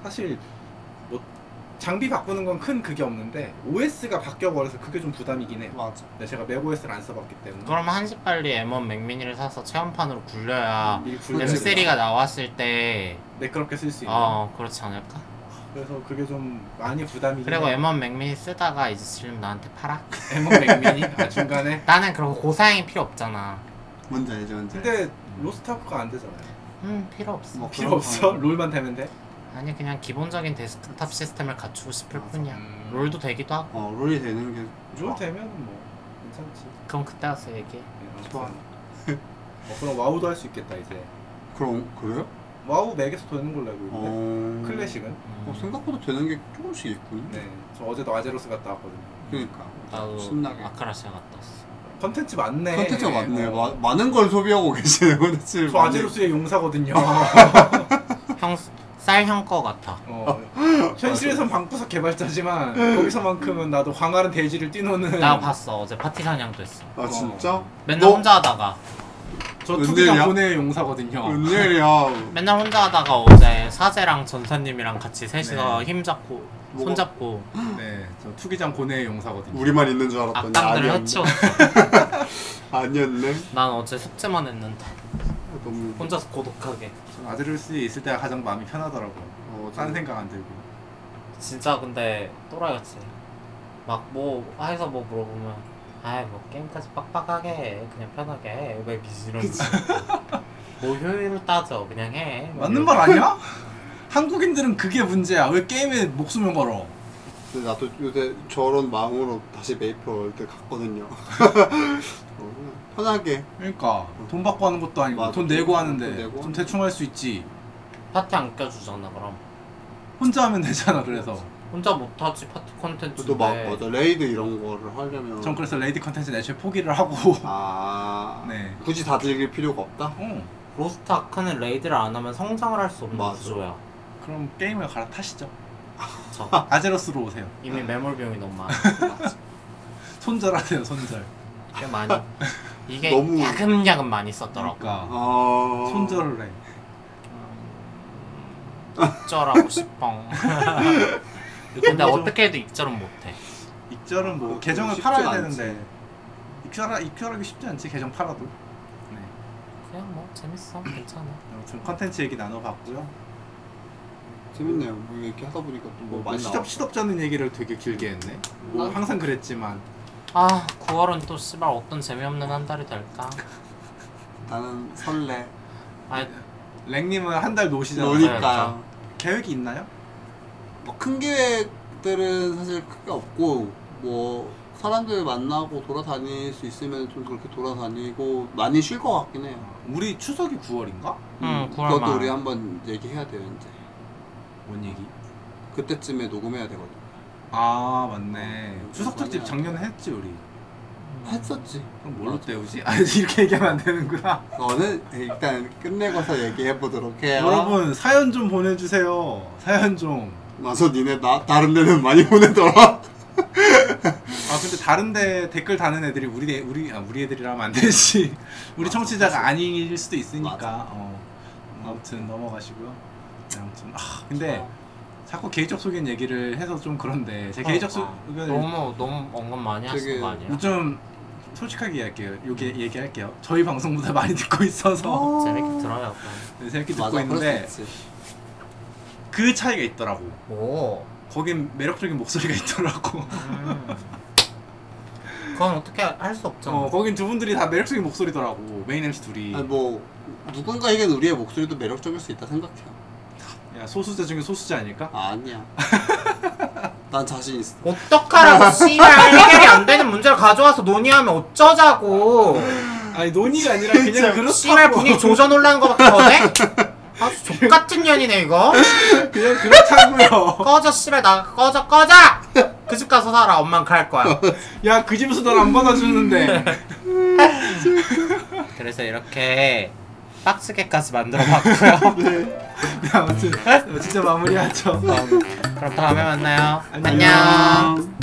S1: 사실 뭐 장비 바꾸는 건 큰 그게 없는데 OS가 바뀌어 버려서 그게 좀 부담이긴 해요.
S2: 맞아.
S1: 근데 제가 맥OS를 안 써봤기 때문에
S3: 그럼 한시 빨리 M1 맥미니를 사서 체험판으로
S2: 음,
S3: 굴려야
S1: 미리 굴려야 되나?
S3: M3가 나왔을 때,
S1: 매끄럽게 네, 쓸
S2: 음.
S1: 수 있는.
S3: 어 그렇지 않을까?
S1: 그래서 그게 좀 많이 부담이긴
S3: 그리고
S1: 해요.
S3: M1 맥미니 쓰다가 이제 지금 나한테 팔아.
S1: M1 맥미니 아, 중간에.
S3: 나는 그런 고사양이 필요 없잖아.
S2: 뭔지 알지 뭔지. 알지.
S1: 근데 로스트아크가 안 되잖아요.
S3: 음 필요 없어.
S2: 뭐
S1: 필요
S2: 그런
S1: 없어.
S2: 거.
S1: 롤만 되면 돼.
S3: 아니 그냥 기본적인 데스크탑 시스템을 갖추고 싶을
S2: 맞아.
S3: 뿐이야.
S1: 음.
S3: 롤도 되기도 하고.
S2: 어 롤이 되는 게
S1: 롤 되면 뭐 괜찮지.
S3: 그럼 그때 와서
S1: 네,
S3: 얘기해.
S1: 아무튼.
S2: 좋아.
S1: 어, 그럼 와우도 할 수 있겠다 이제.
S2: 그럼 그래요?
S1: 와우 맥에서 도는 걸로 알고 있는데
S2: 어...
S1: 클래식은.
S2: 어,
S3: 음.
S2: 생각보다 되는 게 조금씩 있군요.
S1: 네, 저 어제도 아제로스 갔다 왔거든요.
S2: 그러니까
S3: 나도
S2: 신나게.
S3: 아카라시아 갔다 왔어.
S1: 컨텐츠 많네.
S2: 컨텐츠가 많네. 마- 많은 걸 소비하고 계시네요. 컨텐츠를.
S1: 저 아제로스의 용사거든요.
S3: 형쌀형 거 같아.
S1: 어, 현실에선 방구석 개발자지만 거기서만큼은 나도 광활한 대지를 뛰노는
S3: 나 봤어 어제 파티 사냥도 했어.
S2: 많이- 아 진짜? 어?
S3: 맨날
S2: 너-
S3: 혼자 하다가
S1: 저
S2: 웬일이야?
S1: 투기장 보내 용사거든요.
S2: 웬일이야.
S3: 맨날 혼자 하다가 어제 사제랑 전사님이랑 같이 셋이서
S2: 네.
S3: 힘 잡고 손 잡고
S1: 네, 저 투기장 고뇌의 용사거든요.
S2: 우리만 있는 줄 알았더니
S3: 악당들을
S2: 아니었네.
S3: 해치웠어.
S2: 아니었네. 어,
S3: 난 어제 숙제만 했는데
S2: 너무
S3: 혼자서 고독하게.
S1: 전 아제로스에 있을 때가 가장 마음이 편하더라고요.
S2: 어,
S1: 딴 생각 안 들고.
S3: 진짜 근데 또라이같이 막 뭐 해서 뭐 물어보면 아이 뭐 게임까지 빡빡하게 해. 그냥 편하게 해. 왜 미지런지 뭐 효율을 따져 그냥 해뭐
S1: 맞는 말 아니야? 한국인들은 그게 문제야. 왜 게임에 목숨을 걸어?
S2: 근데 나도 요새 저런 마음으로 다시 메이플 월드 갔거든요. 어, 편하게.
S1: 그러니까 돈 받고 하는 것도 아니고
S2: 맞아.
S1: 돈 내고 하는데
S2: 돈 내고.
S1: 좀 대충 할 수 있지.
S3: 파티 안 껴주잖아 그럼
S1: 혼자 하면 되잖아. 그래서
S3: 혼자 못하지 파티 콘텐츠인데
S2: 또 막 맞아 레이드 이런 거를 하려면
S1: 그렇죠. 네. 전 그래서 레이디 컨텐츠는 애초에 포기를 하고.
S2: 아
S1: 네.
S2: 굳이 다 즐길 필요가 없다.
S1: 어,
S3: 로스트 아크는 레이드를 안 하면 성장을 할 수 없는
S2: 맞아.
S3: 구조야
S1: 그럼 게임을 갈아타시죠.
S3: 저
S1: 아제로스로 오세요.
S3: 이미 매몰 비용이 너무 많아
S1: 손절하세요. 손절.
S3: 꽤 많이 이게
S2: 너무-
S3: 야금야금 많이 썼더라고
S1: 그러니까
S2: 아
S1: 손절을 해.
S3: 입절하고 싶어 근데 어떻게 해도 입절은 못해
S1: 익절은 뭐
S2: 어,
S1: 계정을
S2: 쉽지
S1: 팔아야
S2: 않지.
S1: 되는데 익절하, 익절하기 쉽지 않지. 계정 팔아도. 네.
S3: 그냥 뭐 재밌어 괜찮아
S1: 아무튼 컨텐츠 얘기 나눠봤고요.
S2: 재밌네요. 뭐 이렇게 하다 보니까 또 뭐
S1: 뭐
S2: 많이 나와.
S1: 시덥 시덥잖은 얘기를 되게 길게 했네. 뭐
S2: 음.
S1: 항상 그랬지만
S3: 아 9월은 또 씨발 어떤 재미없는 한 달이 될까
S2: 나는 설레.
S3: 아
S1: 랭님은 한 달 노시잖아요.
S3: 노니-
S1: 네,
S2: 노니까
S1: 계획이 있나요? 그렇죠.
S2: 뭐 큰 계획들은 사실 크게 없고 뭐 사람들 만나고 돌아다닐 수 있으면 좀 그렇게 돌아다니고 많이 쉴 것 같긴 해요.
S1: 어, 우리 추석이 9월인가?
S3: 음, 구월
S2: 그것도
S3: 말.
S2: 우리 한번 얘기해야 돼요 이제.
S1: 뭔 얘기?
S2: 그때쯤에 녹음해야 되거든.
S1: 아 맞네.
S2: 어,
S1: 추석 특집
S2: 맞네.
S1: 작년에 했지 우리.
S3: 음.
S2: 했었지.
S1: 그럼 뭘로 때우지? 아 이렇게 얘기하면 안 되는구나.
S2: 너는 일단 끝내고서 얘기해 보도록 해요.
S1: 여러분 사연 좀 보내주세요. 사연 좀.
S2: 나서 니네 나 다른 데는 많이 보내더라.
S1: 아 근데 다른데 댓글 다는 애들이 우리 애- 우리 아, 우리 애들이라면 안 되지. 우리
S2: 맞아,
S1: 청취자가
S2: 사실.
S1: 아닐 수도 있으니까.
S2: 맞아.
S1: 어. 아무튼 넘어가시고요. 네, 아무튼 아 근데 자꾸 개인적 소견 얘기를 해서 좀 그런데
S2: 어,
S1: 제 개인적 소견을
S3: 너무 너무 언급 많이 하시는
S2: 되게
S3: 거 아니에요?
S1: 좀 솔직하게 얘기할게요. 요게 얘기할게요. 저희 방송보다 많이 듣고 있어서
S3: 재밌게 들어요. 그럼.
S1: 네, 재밌게 듣고
S2: 맞아,
S1: 있는데
S2: 그럴 수 있지.
S1: 그 차이가 있더라고.
S3: 오.
S1: 거긴 매력적인 목소리가 있더라고.
S3: 음. 그건 어떻게 할 수 없잖아.
S1: 어, 거긴 두 분들이 다 매력적인 목소리더라고. 메인 MC 둘이.
S2: 아니 뭐 누군가에겐 우리의 목소리도 매력적일 수 있다 생각해요.
S1: 야 소수자 중에 소수자 아닐까?
S2: 아, 아니야. 난 자신 있어.
S3: 어떡하라고 씨발 해결이 안 되는 문제를 가져와서 논의하면 어쩌자고.
S1: 아니 논의가 아니라 그냥
S3: 씨발
S1: 그렇다고.
S3: 분위기 조져 놀라는 거밖에 더 돼? 아주 족같은 년이네 이거.
S1: 그냥 그렇다고요.
S3: 꺼져 씨발 나 꺼져 꺼져. 그 집 가서 살아 엄만 갈 거야.
S1: 야 그 집에서 날 안 받아주는데.
S3: 그래서 이렇게 빡치게까지 만들어 봤고요.
S1: 네, 아무튼 진짜 마무리하죠.
S3: 그럼 다음에 만나요.
S1: 안녕.
S3: 안녕.